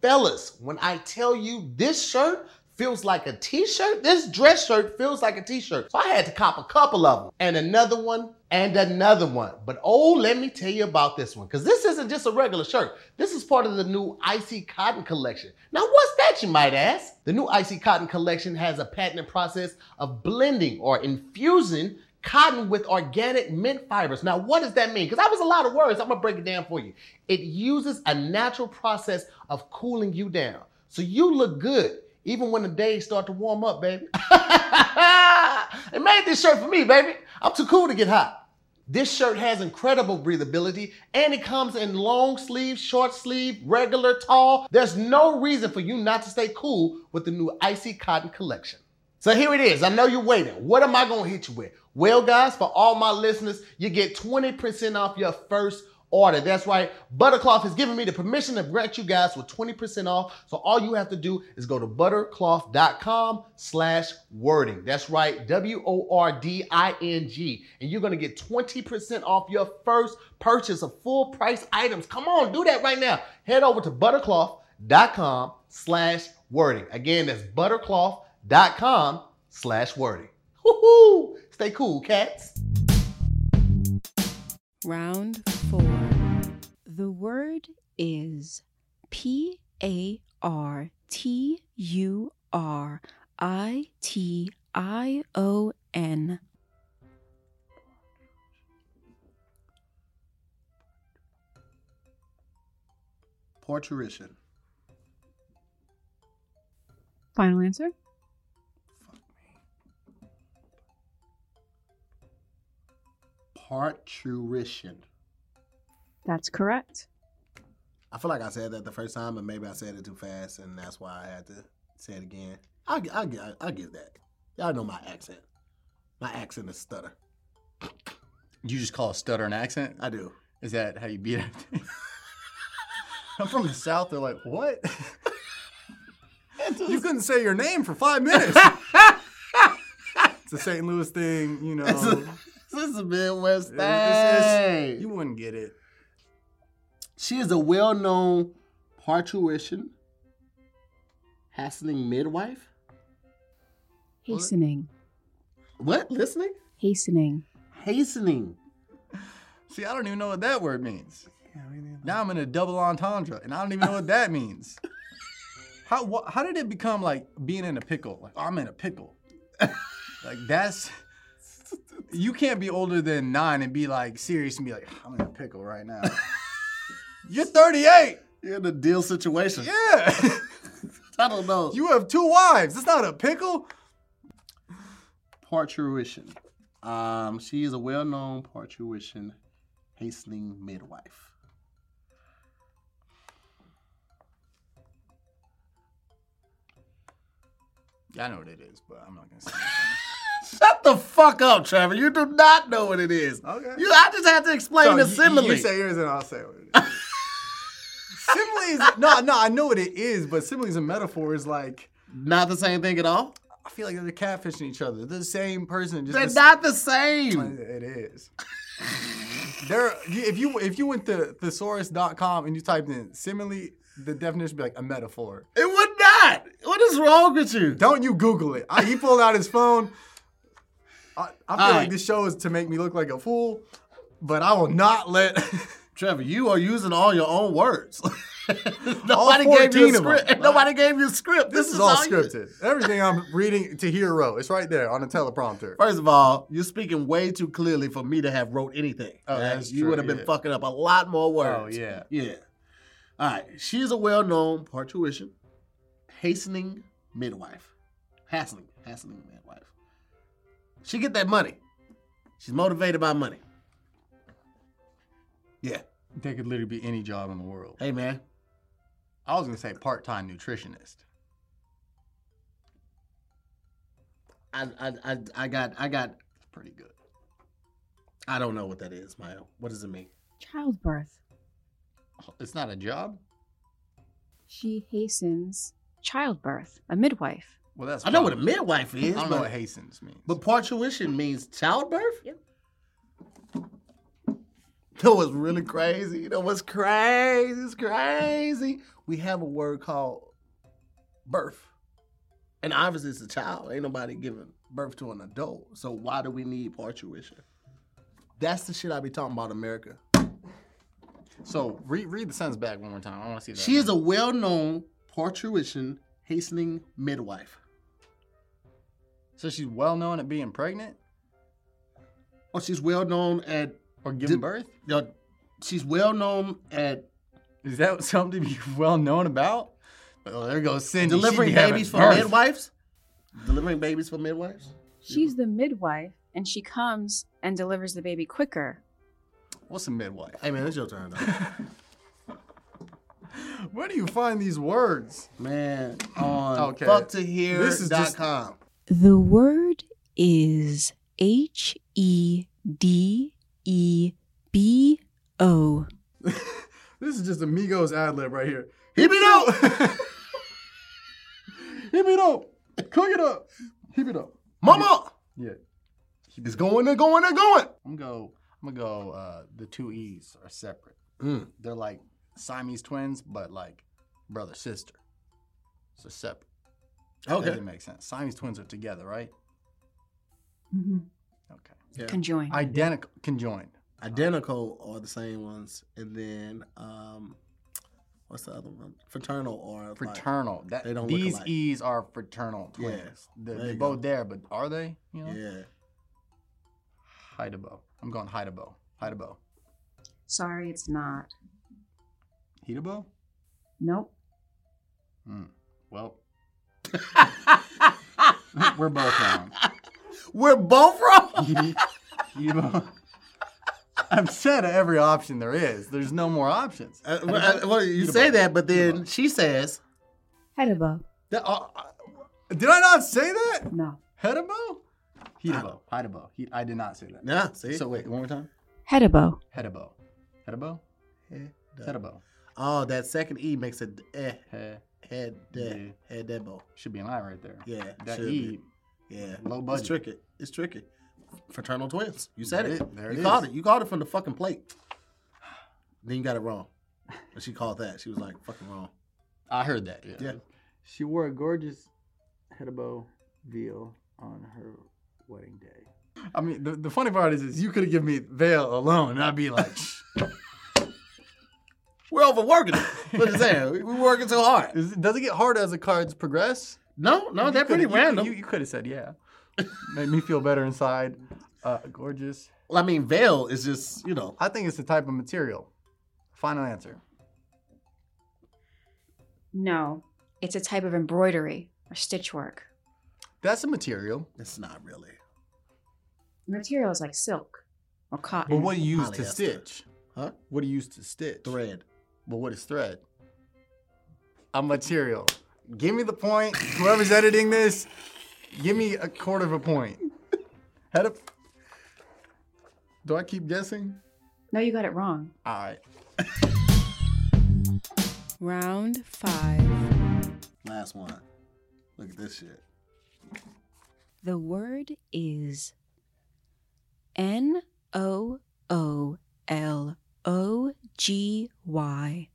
Speaker 1: Fellas, when I tell you this shirt feels like a t-shirt, this dress shirt feels like a t-shirt. So I had to cop a couple of them and another one and another one. But oh, let me tell you about this one because this isn't just a regular shirt. This is part of the new Icy Cotton collection. Now, what's that you might ask? The new Icy Cotton collection has a patented process of blending or infusing cotton with organic mint fibers. Now, what does that mean? Because that was a lot of words. I'm gonna break it down for you. It uses a natural process of cooling you down. So you look good even when the days start to warm up, baby. it made this shirt for me, baby. I'm too cool to get hot. This shirt has incredible breathability and it comes in long sleeve, short sleeve, regular, tall. There's no reason for you not to stay cool with the new Icy Cotton collection. So here it is. I know you're waiting. What am I going to hit you with? Well, guys, for all my listeners, you get 20% off your first order. That's right. Buttercloth has given me the permission to grant you guys with 20% off. So all you have to do is go to buttercloth.com slash wording. That's right. W-O-R-D-I-N-G. And you're going to get 20% off your first purchase of full price items. Come on, do that right now. Head over to buttercloth.com slash wording. Again, that's buttercloth.com slash wording. Woohoo! Stay cool, cats.
Speaker 3: Round four. The word is P A R T U R I T I O N.
Speaker 1: Parturition.
Speaker 3: Final answer?
Speaker 1: Parturition.
Speaker 3: That's correct.
Speaker 1: I feel like I said that the first time, but maybe I said it too fast, and that's why I had to say it again. I I I give that. Y'all know my accent. My accent is stutter.
Speaker 2: You just call a stutter an accent?
Speaker 1: I do.
Speaker 2: Is that how you beat it? I'm from the south. They're like, what? you couldn't say your name for five minutes. it's a St. Louis thing, you know.
Speaker 1: It's a- This is a Midwest
Speaker 2: It's-
Speaker 1: thing.
Speaker 2: it's- you wouldn't get it.
Speaker 1: She is a well-known parturition, hastening midwife.
Speaker 3: Hastening.
Speaker 1: What? Listening?
Speaker 3: Hastening.
Speaker 1: Hastening.
Speaker 2: See, I don't even know what that word means. Now I'm in a double entendre, and I don't even know what that means. How wha how did it become like being in a pickle? Like "Oh, I'm in a pickle. like that's you can't be older than nine and be like serious and be like I'm in a pickle right now. You're 38.
Speaker 1: You're in a deal situation.
Speaker 2: Yeah,
Speaker 1: I don't know.
Speaker 2: you have two wives. That's not a pickle.
Speaker 1: parturition. Um, she is a well-known parturition, hastening midwife.
Speaker 2: Yeah, I know what it is, but I'm not gonna say.
Speaker 1: Shut the fuck up, Trevor. You do not know what it is.
Speaker 2: Okay.
Speaker 1: You, I just had to explain
Speaker 2: So
Speaker 1: the
Speaker 2: you-
Speaker 1: simile.
Speaker 2: You, say yours and I'll say what it is. simile is no, no. I know what it is, but simile is a metaphor. Is like
Speaker 1: not the same thing at all.
Speaker 2: I feel like they're catfishing each other. They're the same person. Just
Speaker 1: They're
Speaker 2: the
Speaker 1: not the same.
Speaker 2: It is. There, you- if you if you went to thesaurus.com and you typed in simile, the definition would be like a metaphor.
Speaker 1: It would not. What is wrong with you?
Speaker 2: Don't you Google it? I, he pulled out his phone. I, I feel
Speaker 1: All right.
Speaker 2: like this show is to make me look like a fool, but I will not let.
Speaker 1: Trevor, you are using all your own words. Nobody
Speaker 2: 14
Speaker 1: gave you a
Speaker 2: of 'em.
Speaker 1: script. Nobody gave you a script.
Speaker 2: This, is, all
Speaker 1: you-
Speaker 2: scripted. Everything I'm reading to hero, it's right there on a teleprompter.
Speaker 1: First of all, you're speaking way too clearly for me to have wrote anything.
Speaker 2: Oh,
Speaker 1: All right?
Speaker 2: that's
Speaker 1: you
Speaker 2: true,
Speaker 1: would have been
Speaker 2: yeah. Oh,
Speaker 1: fucking up a lot more words.
Speaker 2: yeah.
Speaker 1: Yeah. All right. She is a well-known parturition, hastening midwife, hastening, hastening midwife. She get that money. She's motivated by money. Yeah.
Speaker 2: That could literally be any job in the world.
Speaker 1: Hey man,
Speaker 2: I was gonna say part-time nutritionist.
Speaker 1: I I I, I got I got
Speaker 2: It's pretty good.
Speaker 1: I don't know what that is, Maya. What does it mean?
Speaker 3: Childbirth.
Speaker 2: It's not a job.
Speaker 3: She hastens childbirth. A midwife.
Speaker 2: Well, that's
Speaker 1: I know what a
Speaker 2: probably-
Speaker 1: midwife is,
Speaker 2: I don't know what
Speaker 1: but,
Speaker 2: hastens means.
Speaker 1: but parturition means childbirth?
Speaker 4: Yep.
Speaker 1: That was really crazy. You know what's crazy? It's crazy. We have a word called birth. And obviously it's a child. Ain't nobody giving birth to an adult. So why do we need parturition? That's the shit I be talking about, America.
Speaker 2: so read read the sentence back one more time. I want to see that.
Speaker 1: She is a well-known parturition hastening midwife.
Speaker 2: so she's well known at being pregnant
Speaker 1: Oh, she's well known at
Speaker 2: or giving
Speaker 1: Did-
Speaker 2: birth.
Speaker 1: you know, she's well known at
Speaker 2: Is that something to be well known about? Oh, there goes Cindy. She
Speaker 1: delivering
Speaker 2: be having
Speaker 1: babies for
Speaker 2: birth.
Speaker 1: midwives. Delivering babies for midwives.
Speaker 3: She's the midwife, and she comes and delivers the baby quicker.
Speaker 2: What's a midwife?
Speaker 1: Hey man, it's your turn. Though.
Speaker 2: Where do you find these words?
Speaker 1: Man, on
Speaker 2: Okay.
Speaker 1: fucktohear.com.
Speaker 2: This is just-
Speaker 3: The word is H E D E B O.
Speaker 2: this is just Amigos ad lib right here.
Speaker 1: Hit me out.
Speaker 2: Hip it up. Cook it up. Hip it up.
Speaker 1: Mama.
Speaker 2: Yeah.
Speaker 1: It's going and going and going.
Speaker 2: I'm gonna go. I'm gonna go. Uh, the two E's are separate.
Speaker 1: Mm.
Speaker 2: They're like Siamese twins, but like brother sister. So separate. That
Speaker 1: Okay.
Speaker 2: doesn't make sense. Siamese twins are together, right?
Speaker 3: Mhm.
Speaker 2: Okay.
Speaker 3: Conjoined.
Speaker 2: Identical, conjoined.
Speaker 1: Identical are the same ones, and then um, what's the other one? Fraternal or
Speaker 2: Fraternal. That
Speaker 1: they don't look
Speaker 2: these
Speaker 1: alike.
Speaker 2: E's are fraternal
Speaker 1: Yeah.
Speaker 2: twins. They're,
Speaker 1: There
Speaker 2: they're
Speaker 1: you
Speaker 2: both
Speaker 1: go.
Speaker 2: there, but are they? You know?
Speaker 1: Like, yeah.
Speaker 2: Hidebo. I'm going Hidebo. Hidebo.
Speaker 3: Sorry, it's not.
Speaker 2: Hidebo?
Speaker 3: Nope.
Speaker 2: Mm. Well, we're both wrong.
Speaker 1: We're both wrong.
Speaker 2: Hidebo. I've said every option there is. There's no more options.
Speaker 1: Uh, well, uh, well, you say that, but then she says,
Speaker 3: Hedibo.
Speaker 2: That- uh, uh, did I not say that?
Speaker 3: No.
Speaker 2: Hidebo? Hidebo. Hidebo. He, I did not say that.
Speaker 1: "Nah, see."
Speaker 2: So wait, one more time.
Speaker 3: Hedibo.
Speaker 2: Hidebo. Hidebo? Hidebo.
Speaker 1: oh, that second E makes it eh,
Speaker 2: He-
Speaker 1: head,
Speaker 2: Yeah.
Speaker 1: de, head, debo.
Speaker 2: Should be an I right there.
Speaker 1: Yeah,
Speaker 2: That
Speaker 1: should
Speaker 2: E.
Speaker 1: be. Yeah,
Speaker 2: Low budget.
Speaker 1: It's tricky. It's tricky. Fraternal twins. You said
Speaker 2: There
Speaker 1: it.
Speaker 2: it- there it
Speaker 1: you
Speaker 2: is.
Speaker 1: called it. You called it from the fucking plate. Then you got it wrong. And she called that. She was like, "Fucking wrong."
Speaker 2: I heard that.
Speaker 1: Yeah.
Speaker 2: She wore a gorgeous Hedibo veil on her wedding day. I mean, the, the funny part is, is you could have given me veil alone, and I'd be like,
Speaker 1: We're overworking. it. what you saying? We- We're working so hard.
Speaker 2: is, does it get harder as the cards progress?
Speaker 1: No, no,
Speaker 2: You
Speaker 1: that's pretty
Speaker 2: coulda- you-
Speaker 1: random.
Speaker 2: You, you could have said yeah. Made me feel better inside. Uh, gorgeous.
Speaker 1: I mean, veil is just you know.
Speaker 2: I think it's the type of material. Final answer.
Speaker 3: No.
Speaker 4: It's a type of embroidery or stitchwork.
Speaker 2: That's a material.
Speaker 1: It's not really.
Speaker 3: Material is like silk or
Speaker 2: But
Speaker 3: cotton.
Speaker 2: what do you use to
Speaker 1: Polyester.
Speaker 2: stitch?
Speaker 1: Huh?
Speaker 2: What do you use to stitch?
Speaker 1: Thread.
Speaker 2: But what is thread? A material. Give me the point. Whoever's editing this, give me a quarter of a point. Head up. Do I keep guessing?
Speaker 3: No, you got it wrong.
Speaker 2: All right.
Speaker 4: Round five.
Speaker 1: Last one. Look at this shit.
Speaker 4: The word is N O O L O G Y.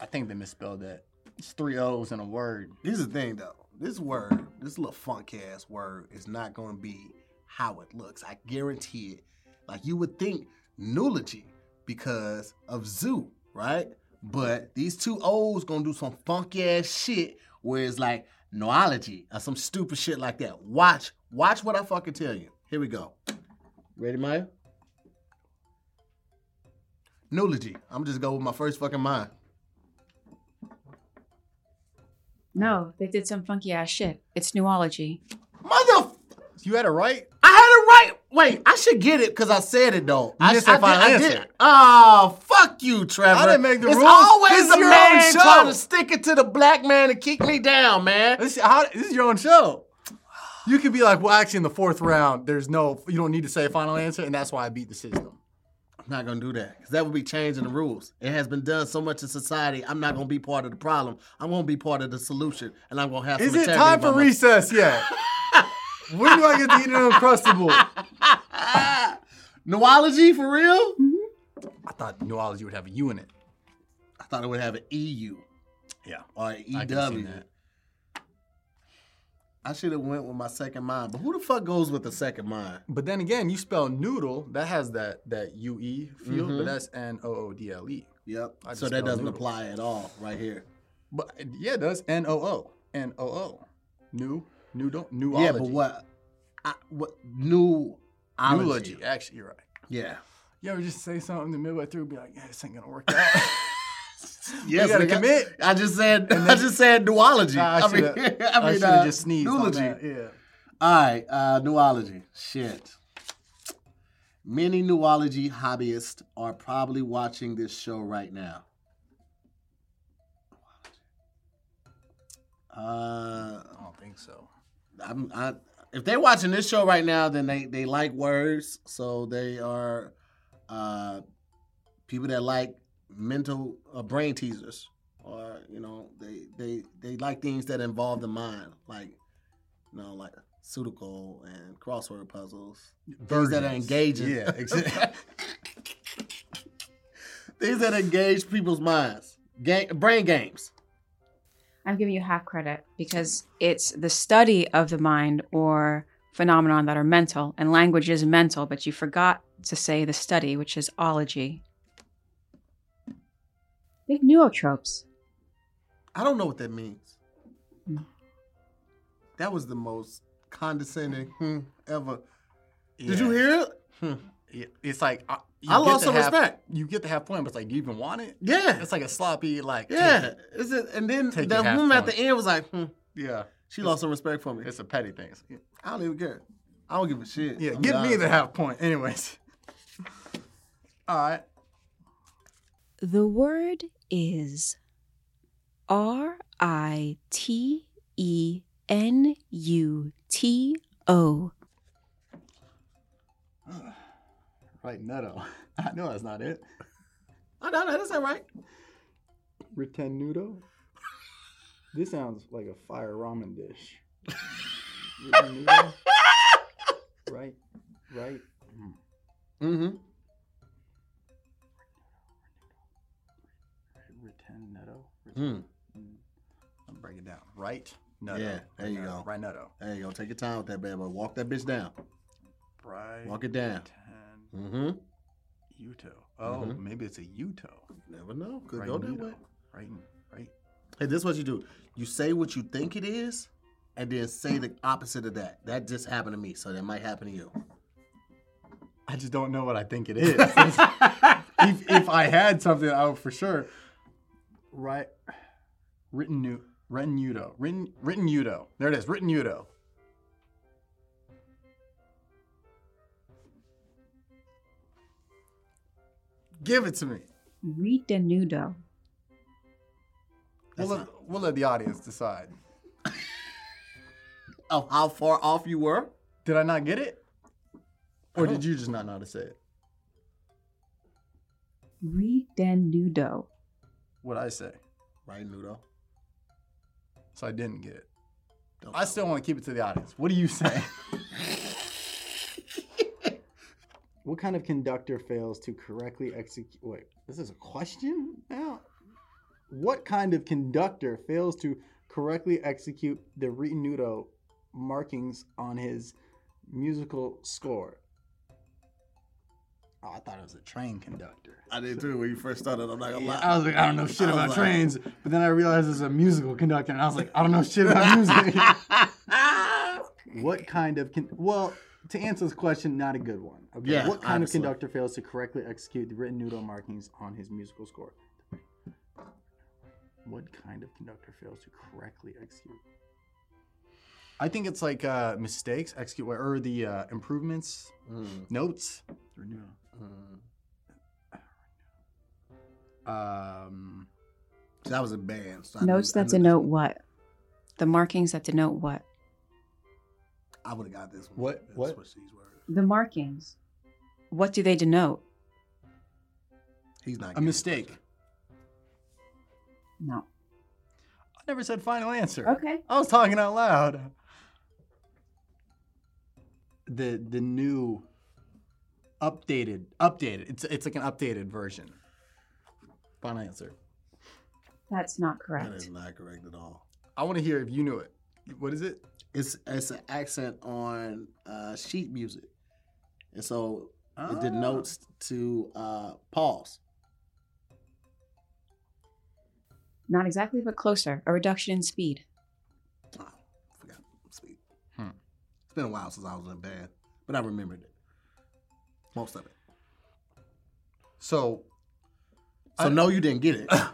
Speaker 2: I think they misspelled that. It's three O's in a word.
Speaker 1: This is the thing though. This word, this little funk ass word, is not gonna be how it looks. I guarantee it. Like you would think newlogy because of zoo, right? But these two O's gonna do some funky ass shit where it's like noology or some stupid shit like that. Watch, watch what I fucking tell you. Here we go. Ready, Maya? Newlogy. I'm just go with my first fucking mind.
Speaker 3: No, they did some funky ass shit. It's neurology.
Speaker 1: Motherfucker!
Speaker 2: You had it right.
Speaker 1: I had it right. Wait, I should get it because I said it though. I,
Speaker 2: just
Speaker 1: I
Speaker 2: said final
Speaker 1: did, I
Speaker 2: answer.
Speaker 1: did. Oh, fuck you, Trevor.
Speaker 2: I didn't make the
Speaker 1: it's
Speaker 2: rules. This
Speaker 1: always
Speaker 2: is
Speaker 1: the
Speaker 2: your
Speaker 1: man
Speaker 2: own show.
Speaker 1: trying to stick it to the black man and kick me down, man.
Speaker 2: This, how, this is your own show. You could be like, well, actually, in the fourth round, there's no, you don't need to say a final answer, and that's why I beat the system.
Speaker 1: I'm not gonna do that because that would be changing the rules. It has been done so much in society. I'm not gonna be part of the problem. I'm gonna be part of the solution, and I'm gonna have.
Speaker 2: Is
Speaker 1: some
Speaker 2: it
Speaker 1: integrity
Speaker 2: time for
Speaker 1: about my-
Speaker 2: recess yet? when do I get to eat an Uncrustable?
Speaker 1: Noology for real?
Speaker 2: I thought neurology would have a U in it.
Speaker 1: I thought it would have an EU
Speaker 2: Yeah.
Speaker 1: or an E EW.
Speaker 2: I
Speaker 1: I,
Speaker 2: can see that.
Speaker 1: should have went with my second mind, but who the fuck goes with the second mind?
Speaker 2: But then again, you spell noodle, that has that that U E feel,
Speaker 1: Mm-hmm.
Speaker 2: but that's N O O D L E.
Speaker 1: Yep.
Speaker 2: I just
Speaker 1: So that
Speaker 2: spelled
Speaker 1: doesn't
Speaker 2: noodle.
Speaker 1: apply at all right here.
Speaker 2: But yeah, it does N O O. N O O. New, noodle, newology.
Speaker 1: Yeah, but what? I, what new?
Speaker 2: Newology. Actually, you're right.
Speaker 1: Yeah.
Speaker 2: You ever just say something the midway through, be like, yeah, this ain't gonna work out.
Speaker 1: Yes,
Speaker 2: gotta
Speaker 1: nigga.
Speaker 2: commit.
Speaker 1: I just said. I just said duology.
Speaker 2: Nah, I
Speaker 1: I, mean,
Speaker 2: shoulda-
Speaker 1: I mean,
Speaker 2: shoulda
Speaker 1: uh,
Speaker 2: just sneezed. on
Speaker 1: Newology.
Speaker 2: that, Yeah.
Speaker 1: All right, uh, newology. Shit. Many newology hobbyists are probably watching this show right now. Uh,
Speaker 2: I don't think so.
Speaker 1: I'm, I, if they're watching this show right now, then they, they like words, so they are uh, people that like mental uh, brain teasers, or you know, they they they like things that involve the mind, like you know, like Sudoku and crossword puzzles, things that are
Speaker 2: Versions.
Speaker 1: engaging.
Speaker 2: Yeah, exactly.
Speaker 1: things that engage people's minds, Ga- brain games.
Speaker 3: I'm giving you half credit because it's the study of the mind or phenomenon that are mental, and language is mental, but you forgot to say the study, which is ology. Big neurotropes.
Speaker 1: I don't know what that means. That was the most condescending hmm, ever. Did you
Speaker 2: Yeah.
Speaker 1: hear it?
Speaker 2: Yeah, It's like I, you
Speaker 1: I
Speaker 2: get
Speaker 1: lost
Speaker 2: to
Speaker 1: some
Speaker 2: half-
Speaker 1: respect.
Speaker 2: You get the half point, but it's like, do you even want it?
Speaker 1: Yeah.
Speaker 2: It's like a sloppy, like take
Speaker 1: yeah.
Speaker 2: it.
Speaker 1: It's a, and then
Speaker 2: Take
Speaker 1: the
Speaker 2: your half
Speaker 1: woman at the
Speaker 2: point.
Speaker 1: end was like, hmm,
Speaker 2: yeah.
Speaker 1: she lost some respect for me.
Speaker 2: It's a petty thing. It's-
Speaker 1: I don't even care. I don't give a shit.
Speaker 2: Yeah,
Speaker 1: I'm
Speaker 2: give me
Speaker 1: done.
Speaker 2: the half point, anyways. All right.
Speaker 3: The word is R I T E N U T O.
Speaker 2: Right, Nutto. I know that's not it.
Speaker 1: Oh, no, no, that's not right.
Speaker 2: Ritenudo. This sounds like a fire ramen dish. right, right. Hmm,
Speaker 1: Mm-hmm.
Speaker 2: Ritenudo.
Speaker 1: Hmm.
Speaker 2: I'll break it down. Right. Nutto.
Speaker 1: Yeah, there you go.
Speaker 2: Right, Nutto.
Speaker 1: There you go. Take your time with that bad boy. Walk that bitch down.
Speaker 2: Right.
Speaker 1: Walk it down.
Speaker 2: Ten.
Speaker 1: Mm-hmm.
Speaker 2: Uto. Oh,
Speaker 1: Mhm.
Speaker 2: maybe it's a Uto.
Speaker 1: Never know. Could
Speaker 2: Right,
Speaker 1: go that
Speaker 2: Nudo.
Speaker 1: way.
Speaker 2: Right, right.
Speaker 1: Hey, this is what you do. You say what you think it is, and then say the opposite of that. That just happened to me, so that might happen to you.
Speaker 2: I just don't know what I think it is. if, if I had something, I would for sure. Right. Written new. Written Udo. Written, written Udo. There it is. Written Udo. Give it to me.
Speaker 3: Ritenudo.
Speaker 2: We'll let, we'll let the audience decide.
Speaker 1: Of how far off you were?
Speaker 2: Did I not get it? Or
Speaker 1: don't-
Speaker 2: did you just not know how to say it?
Speaker 3: Ritenudo.
Speaker 2: What I say.
Speaker 1: Right, Nudo.
Speaker 2: So I didn't get it.
Speaker 1: Don't
Speaker 2: I still want to keep it to the audience. What do you say?
Speaker 5: What kind of conductor fails to correctly execute? Wait, this is a question now? What kind of conductor fails to correctly execute the Ritenudo markings on his musical score?
Speaker 2: Oh, I thought it was a train conductor.
Speaker 1: I did too when you first started. I'm not gonna lie.
Speaker 2: I was like, I don't know shit
Speaker 1: I
Speaker 2: about
Speaker 1: was like-
Speaker 2: trains, but then I realized it's a musical conductor, and I was like, I don't know shit about music.
Speaker 5: What kind of con- well, to answer this question, not a good one. Okay.
Speaker 1: Yeah,
Speaker 5: what kind
Speaker 1: obviously.
Speaker 5: of conductor fails to correctly execute the Ritenudo markings on his musical score? What kind of conductor fails to correctly execute?
Speaker 2: I think it's like uh, mistakes, execute or the uh, improvements,
Speaker 1: Mm,
Speaker 2: notes.
Speaker 1: mm.
Speaker 2: Um,
Speaker 1: So that was a band. So I
Speaker 3: Notes
Speaker 1: knew- I
Speaker 3: that
Speaker 1: knew-
Speaker 3: denote what? The markings that denote what?
Speaker 1: I would have got this one.
Speaker 2: What-
Speaker 1: That's
Speaker 2: what?
Speaker 1: these were.
Speaker 3: The markings. What do they denote?
Speaker 1: He's not
Speaker 2: a
Speaker 1: getting
Speaker 2: mistake.
Speaker 1: it.
Speaker 3: No.
Speaker 2: I never said final answer.
Speaker 3: Okay.
Speaker 2: I was talking out loud. The the new, updated, updated. It's it's like an updated version. Final answer.
Speaker 3: That's not
Speaker 1: That is
Speaker 3: correct.
Speaker 1: not correct at all.
Speaker 2: I want to hear if you knew it. What is it?
Speaker 1: It's it's an accent on uh, sheet music, and so
Speaker 2: Uh,
Speaker 1: it denotes to uh, pause.
Speaker 3: Not exactly, but closer. A reduction in speed.
Speaker 1: Oh, forgot. Sweet.
Speaker 2: Hmm.
Speaker 1: It's been a while since I was in a band, but I remembered it. Most of it.
Speaker 2: So
Speaker 1: So
Speaker 2: I-
Speaker 1: no, you didn't get it.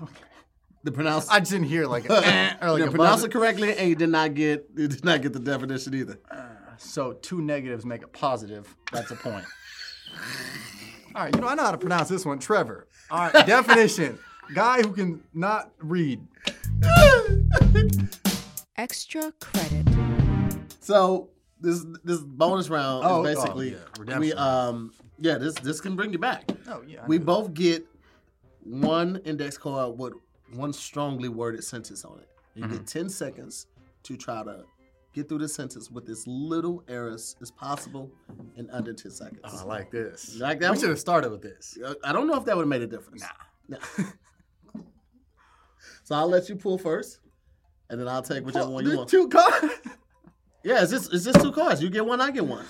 Speaker 1: The pronounce.
Speaker 2: I just didn't hear like, an eh, or like
Speaker 1: you
Speaker 2: a
Speaker 1: didn't pronounce
Speaker 2: buzzer.
Speaker 1: it correctly, and you did not get you did not get the definition either.
Speaker 2: Uh, So two negatives make a positive. That's a point. All right, you know I know how to pronounce this one, Trevor. All right, definition: guy who can not read.
Speaker 3: Extra credit.
Speaker 1: So this this bonus round
Speaker 2: Oh, oh,
Speaker 1: is basically uh,
Speaker 2: yeah, redemption
Speaker 1: we
Speaker 2: round.
Speaker 1: um yeah this this can bring you back.
Speaker 2: Oh yeah,
Speaker 1: we both get one index card with one strongly worded sentence on it. You
Speaker 2: Mm-hmm.
Speaker 1: get 10 seconds to try to get through the sentence with as little errors as possible in under 10 seconds.
Speaker 2: Oh, I like this.
Speaker 1: You like that
Speaker 2: We
Speaker 1: one?
Speaker 2: should have started with this.
Speaker 1: Uh, I don't know if that would have made a difference. Nah. so I'll let you pull first, and then I'll take whichever one you
Speaker 2: The
Speaker 1: want.
Speaker 2: Two cards.
Speaker 1: Yeah, it's just it's just two cards. You get one, I get one,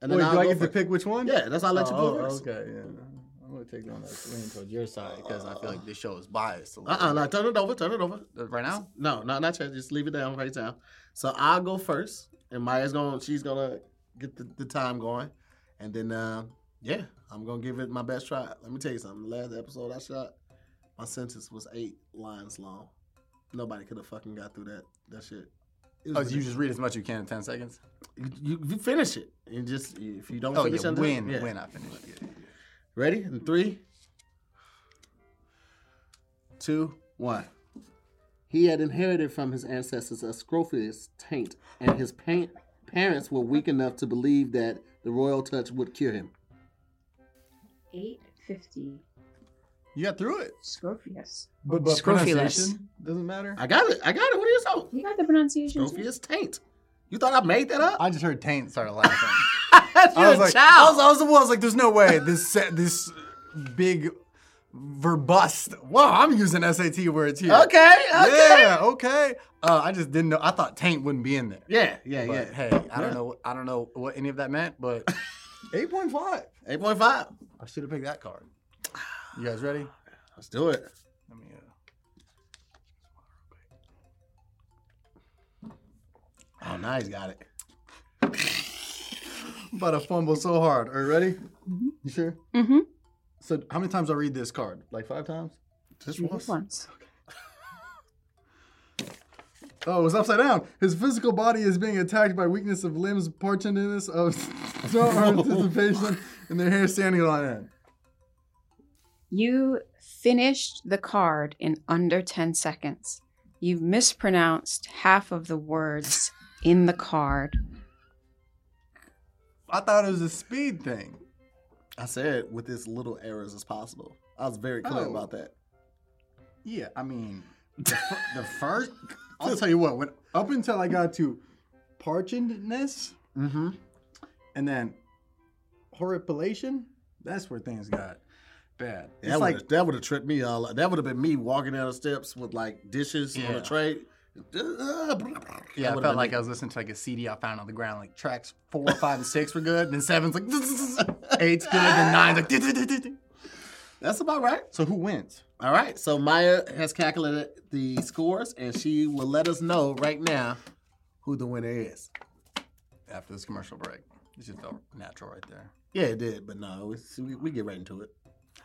Speaker 1: and
Speaker 2: Wait,
Speaker 1: then
Speaker 2: do
Speaker 1: I'll
Speaker 2: I
Speaker 1: go
Speaker 2: get to
Speaker 1: first.
Speaker 2: pick which one?
Speaker 1: Yeah, that's how I let you pull
Speaker 2: Oh,
Speaker 1: first.
Speaker 2: Okay, yeah. I'm gonna take the one that's leaning towards your side because I feel like this show is biased. A
Speaker 1: Uh uh no, turn it over, turn it over.
Speaker 2: uh Right now?
Speaker 1: No, no, not yet. Just leave it down right now. So I'll go first, and Maya's gonna she's gonna get the, the time going, and then uh, yeah, I'm gonna give it my best try. Let me tell you something. The last episode I shot, my sentence was eight lines long. Nobody could have fucking got through that that shit. It was
Speaker 2: Oh, so you
Speaker 1: ridiculous.
Speaker 2: just read as much as you can in 10 seconds?
Speaker 1: you, you finish it. You just if you don't
Speaker 2: Oh,
Speaker 1: finish
Speaker 2: yeah,
Speaker 1: under-
Speaker 2: when,
Speaker 1: yeah.
Speaker 2: when I finish it.
Speaker 1: Ready? In three, two, one. He had inherited from his ancestors a scrofulous taint, and his pa- parents were weak enough to believe that the royal touch would cure him.
Speaker 4: 850.
Speaker 2: You got through it.
Speaker 4: Scropius.
Speaker 2: But,
Speaker 3: but Scrofulous. pronunciation
Speaker 2: doesn't matter.
Speaker 1: I got it. I got it. What are you talking?
Speaker 3: You got the pronunciation.
Speaker 1: Scrofulous taint. You thought I made that up?
Speaker 2: I just heard Taint started laughing.
Speaker 1: You're
Speaker 2: I was
Speaker 1: a
Speaker 2: like, I was,
Speaker 1: child.
Speaker 2: I was, I was like, there's no way this se- this big verbust. Wow, I'm using SAT words here.
Speaker 1: okay. Okay.
Speaker 2: Yeah. Okay. Uh, I just didn't know. I thought Taint wouldn't be in there.
Speaker 1: Yeah. Yeah. Yeah.
Speaker 2: But hey, I don't know. I don't know what any of that meant, but
Speaker 5: 8.5.
Speaker 1: Eight point five.
Speaker 2: I should have picked that card. You guys ready?
Speaker 1: Let's do it.
Speaker 2: Let me. Uh... uh,
Speaker 1: Oh, now he's got it.
Speaker 2: I'm about to fumble so hard. Are you ready? You sure?
Speaker 3: Mm-hmm.
Speaker 2: So how many times I read this card? Like five times?
Speaker 1: Just
Speaker 3: Once. once.
Speaker 2: Oh, it was upside down. His physical body is being attacked by weakness of limbs, partendiness of strong arm anticipation, and their hair standing on end.
Speaker 3: You finished the card in under 10 seconds. You mispronounced half of the words in the card.
Speaker 2: I thought it was a speed thing.
Speaker 1: I said with as little errors as possible. I was very clear
Speaker 2: Oh.
Speaker 1: about that.
Speaker 2: Yeah, I mean, the, fir- the first. I'll tell you what. When
Speaker 5: Up until I got to parchedness
Speaker 1: Mm-hmm.
Speaker 5: and then horripilation, that's where things got bad.
Speaker 1: That
Speaker 5: it's
Speaker 1: would
Speaker 5: like
Speaker 1: that would have tripped me all. That would have been me walking down the steps with like dishes on
Speaker 2: Yeah.
Speaker 1: a tray. uh,
Speaker 2: yeah, I felt like I was listening to like a CD I found on the ground. Like tracks four, five, and six were good, and then seven's like eight's good, and nine's like.
Speaker 1: That's about right.
Speaker 2: So who wins?
Speaker 1: All right. So Maya has calculated the scores, and she will let us know right now who the winner is.
Speaker 2: After this commercial break, this just felt natural right there.
Speaker 1: Yeah, it did, but no, it's, we, we get right into it.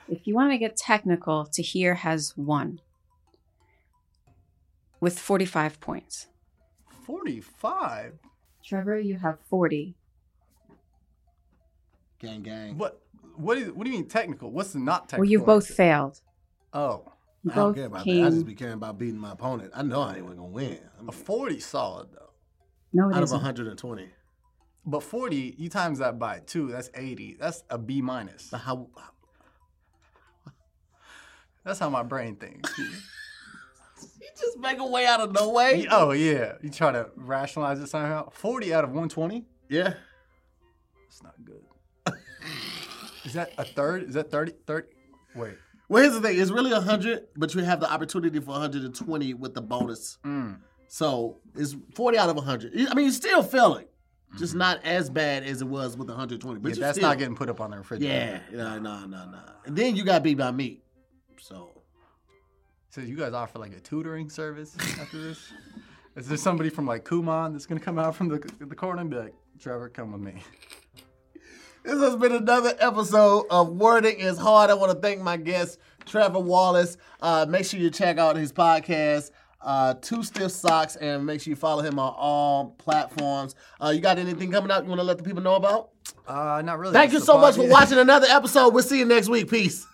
Speaker 3: If you want to get technical, Tahir has won with 45 points.
Speaker 2: Forty-five.
Speaker 3: Trevor, you have 40.
Speaker 1: Gang, gang.
Speaker 2: What? What, is, what do you mean technical? What's the not technical?
Speaker 3: Well, you both failed.
Speaker 2: Oh,
Speaker 3: You
Speaker 1: I don't
Speaker 3: both
Speaker 1: care about
Speaker 3: came.
Speaker 1: that. I just be caring about beating my opponent. I know I ain't gonna win. I
Speaker 2: a
Speaker 1: mean,
Speaker 2: 40 solid though.
Speaker 3: no, it
Speaker 1: out of
Speaker 3: isn't.
Speaker 1: 120.
Speaker 2: But 40, you times that by two, that's 80. That's a B minus.
Speaker 1: But How?
Speaker 2: That's how my brain thinks.
Speaker 1: You just make a way out of no way.
Speaker 2: oh, yeah. You try to rationalize it somehow. 40 out of 120?
Speaker 1: Yeah.
Speaker 2: That's not good. Is that a third? Is that 30? 30? Wait.
Speaker 1: Well, here's the thing: it's really hundred, but you have the opportunity for 120 with the bonus.
Speaker 2: Mm.
Speaker 1: So it's 40 out of 100. I mean, you're still failing, just not as bad as it was with 120. But
Speaker 2: Yeah,
Speaker 1: you
Speaker 2: that's
Speaker 1: still-
Speaker 2: not getting put up on the refrigerator.
Speaker 1: Yeah, no, no, no, no. And then you got beat by me. So
Speaker 2: So you guys offer like a tutoring service after this? Is there somebody from like Kumon that's going to come out from the, the corner and be like, Trevor, come with me?
Speaker 1: This has been another episode of Wording is Hard. I want to thank my guest, Trevor Wallace. Uh, make sure you check out his podcast, uh, Two Stiff Socks, and make sure you follow him on all platforms. Uh, you got anything coming out you want to let the people know about?
Speaker 2: Uh, not really.
Speaker 1: Thank you
Speaker 2: Just
Speaker 1: so
Speaker 2: the
Speaker 1: much for
Speaker 2: podcast.
Speaker 1: watching another episode. We'll see you next week. Peace.